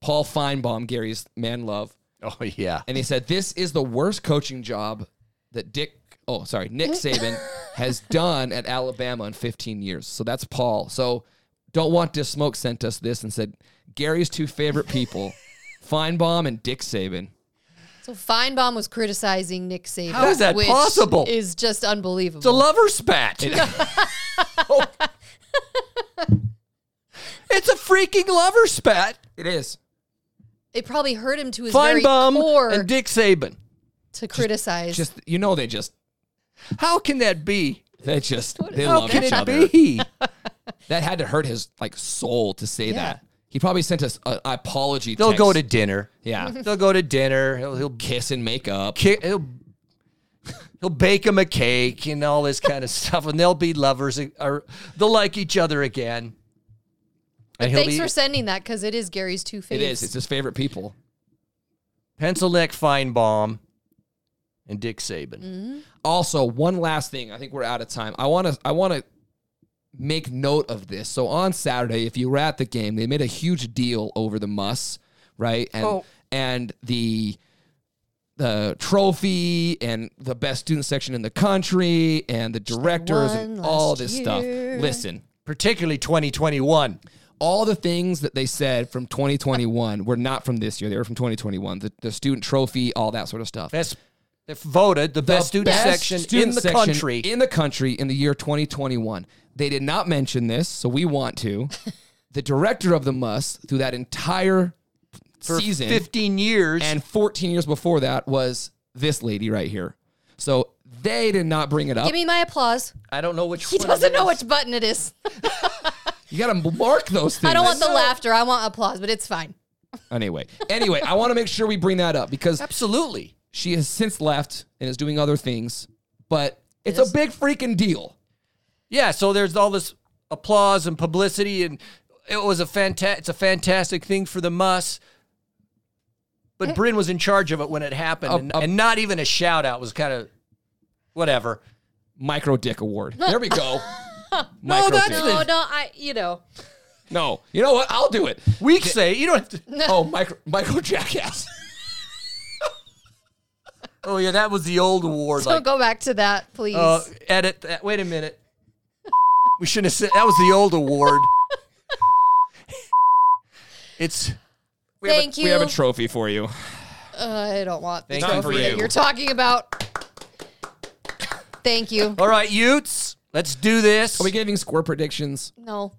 Speaker 3: Paul Feinbaum, Gary's man love,
Speaker 1: Oh, yeah.
Speaker 3: and he said, "This is the worst coaching job that Dick, oh sorry, Nick Saban has done at Alabama in 15 years." So that's Paul. So don't want to smoke sent us this and said Gary's two favorite people, Feinbaum and Dick Saban.
Speaker 2: So Feinbaum was criticizing Nick Saban.
Speaker 1: How is that
Speaker 2: which
Speaker 1: possible?
Speaker 2: Is just unbelievable.
Speaker 1: It's a lover spat. It's a freaking lover spat.
Speaker 3: It is.
Speaker 2: it probably hurt him to his very
Speaker 1: Feinbaum
Speaker 2: core
Speaker 1: and Dick Saban.
Speaker 2: to criticize.
Speaker 3: Just you know they just
Speaker 1: How can that be?
Speaker 3: they just they
Speaker 1: How
Speaker 3: love
Speaker 1: can it
Speaker 3: each other.
Speaker 1: be?
Speaker 3: That had to hurt his like soul to say that. He probably sent us an apology.
Speaker 1: They'll
Speaker 3: text.
Speaker 1: go to dinner.
Speaker 3: yeah.
Speaker 1: They'll go to dinner. He'll he'll
Speaker 3: kiss and make up.
Speaker 1: ki- he'll, he'll bake him a cake and all this kind of stuff, and they'll be lovers e, or they'll like each other again. And he'll
Speaker 2: Thanks
Speaker 1: be
Speaker 2: for sending that because it is Gary's two faves.
Speaker 3: It is. It's his favorite people.
Speaker 1: pencil neck Feinbaum and Dick Saban.
Speaker 2: Mm-hmm.
Speaker 3: Also, one last thing. I think we're out of time. I want to. I want to make note of this. So on Saturday, if you were at the game, they made a huge deal over the muss, right? And
Speaker 1: Oh.
Speaker 3: and the the trophy and the best student section in the country and the directors and
Speaker 2: one
Speaker 3: all
Speaker 2: last
Speaker 3: this stuff.
Speaker 2: year.
Speaker 3: Listen,
Speaker 1: Particularly 2021.
Speaker 3: all the things that they said from 2021 were not from this year. They were from 2021. The, the student trophy, all that sort of stuff.
Speaker 1: Best they voted the, best student
Speaker 3: best
Speaker 1: section
Speaker 3: student
Speaker 1: in the
Speaker 3: section
Speaker 1: country.
Speaker 3: in the country in the year 2021. They did not mention this, so we want to. the director of the Muss through that entire
Speaker 1: for
Speaker 3: season
Speaker 1: 15 years.
Speaker 3: and 14 years before that was this lady right here. So they did not bring it up.
Speaker 2: Give me my applause.
Speaker 1: I don't know which
Speaker 2: He
Speaker 1: one
Speaker 2: doesn't
Speaker 1: it
Speaker 2: know
Speaker 1: is.
Speaker 2: which button it is.
Speaker 3: you got to mark those things.
Speaker 2: I don't want the laughter. I want applause, but it's fine.
Speaker 3: anyway. Anyway, I want to make sure we bring that up because
Speaker 1: Absolutely.
Speaker 3: she has since left and is doing other things, but it's a big freaking deal.
Speaker 1: Yeah, so there's all this applause and publicity and it was a fantastic it's a fantastic thing for the muss. But Bryn was in charge Eh. of it when it happened and,
Speaker 3: up.
Speaker 1: and not even a shout out was kind of whatever.
Speaker 3: Micro Dick Award. There we go.
Speaker 1: No, that's
Speaker 3: Micro dick.
Speaker 2: Oh, No, no, I, you know,
Speaker 3: No, you know what? I'll do it.
Speaker 1: We say you don't have to
Speaker 3: Oh, micro, micro jackass.
Speaker 1: Oh yeah, that was the old award
Speaker 2: don't
Speaker 1: like
Speaker 2: go back to that, please.
Speaker 1: uh, edit that. Wait a minute. we shouldn't have said that was the old award. it's
Speaker 3: We have a-
Speaker 2: Thank you. Uh,
Speaker 3: We have a trophy for you.
Speaker 2: I don't want the
Speaker 1: Thank you
Speaker 2: trophy
Speaker 1: for
Speaker 2: that
Speaker 1: you.
Speaker 2: you're talking about. Thank you.
Speaker 3: Oh.
Speaker 1: all right, Utes. Let's do this.
Speaker 3: Are we giving score predictions?
Speaker 2: No.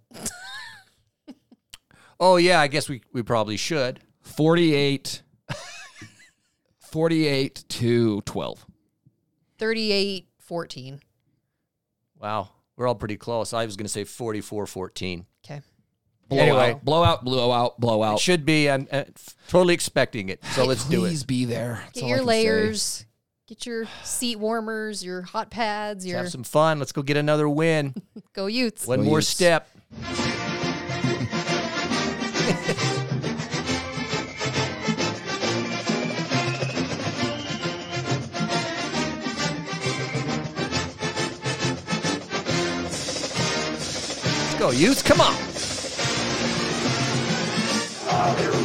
Speaker 1: Oh yeah, I guess we, we probably should.
Speaker 3: 48, 48 to 12.
Speaker 2: 38 14.
Speaker 1: Wow. We're all pretty close. I was going to say 44 14.
Speaker 2: Okay.
Speaker 3: Blowout,
Speaker 1: Anyway.
Speaker 3: blowout, blowout, blowout.
Speaker 1: Should be. I'm uh, f- totally expecting it. So let's do
Speaker 3: Please
Speaker 1: it.
Speaker 3: be there. That's
Speaker 2: Get
Speaker 3: all I
Speaker 2: your
Speaker 3: can say.
Speaker 2: layers, get your seat warmers, your hot pads, your
Speaker 1: Have some fun. Let's go get another win.
Speaker 2: go Utes.
Speaker 1: One
Speaker 3: Go
Speaker 1: more
Speaker 3: Utes.
Speaker 1: step. Let's go, Utes. Come on.
Speaker 4: Here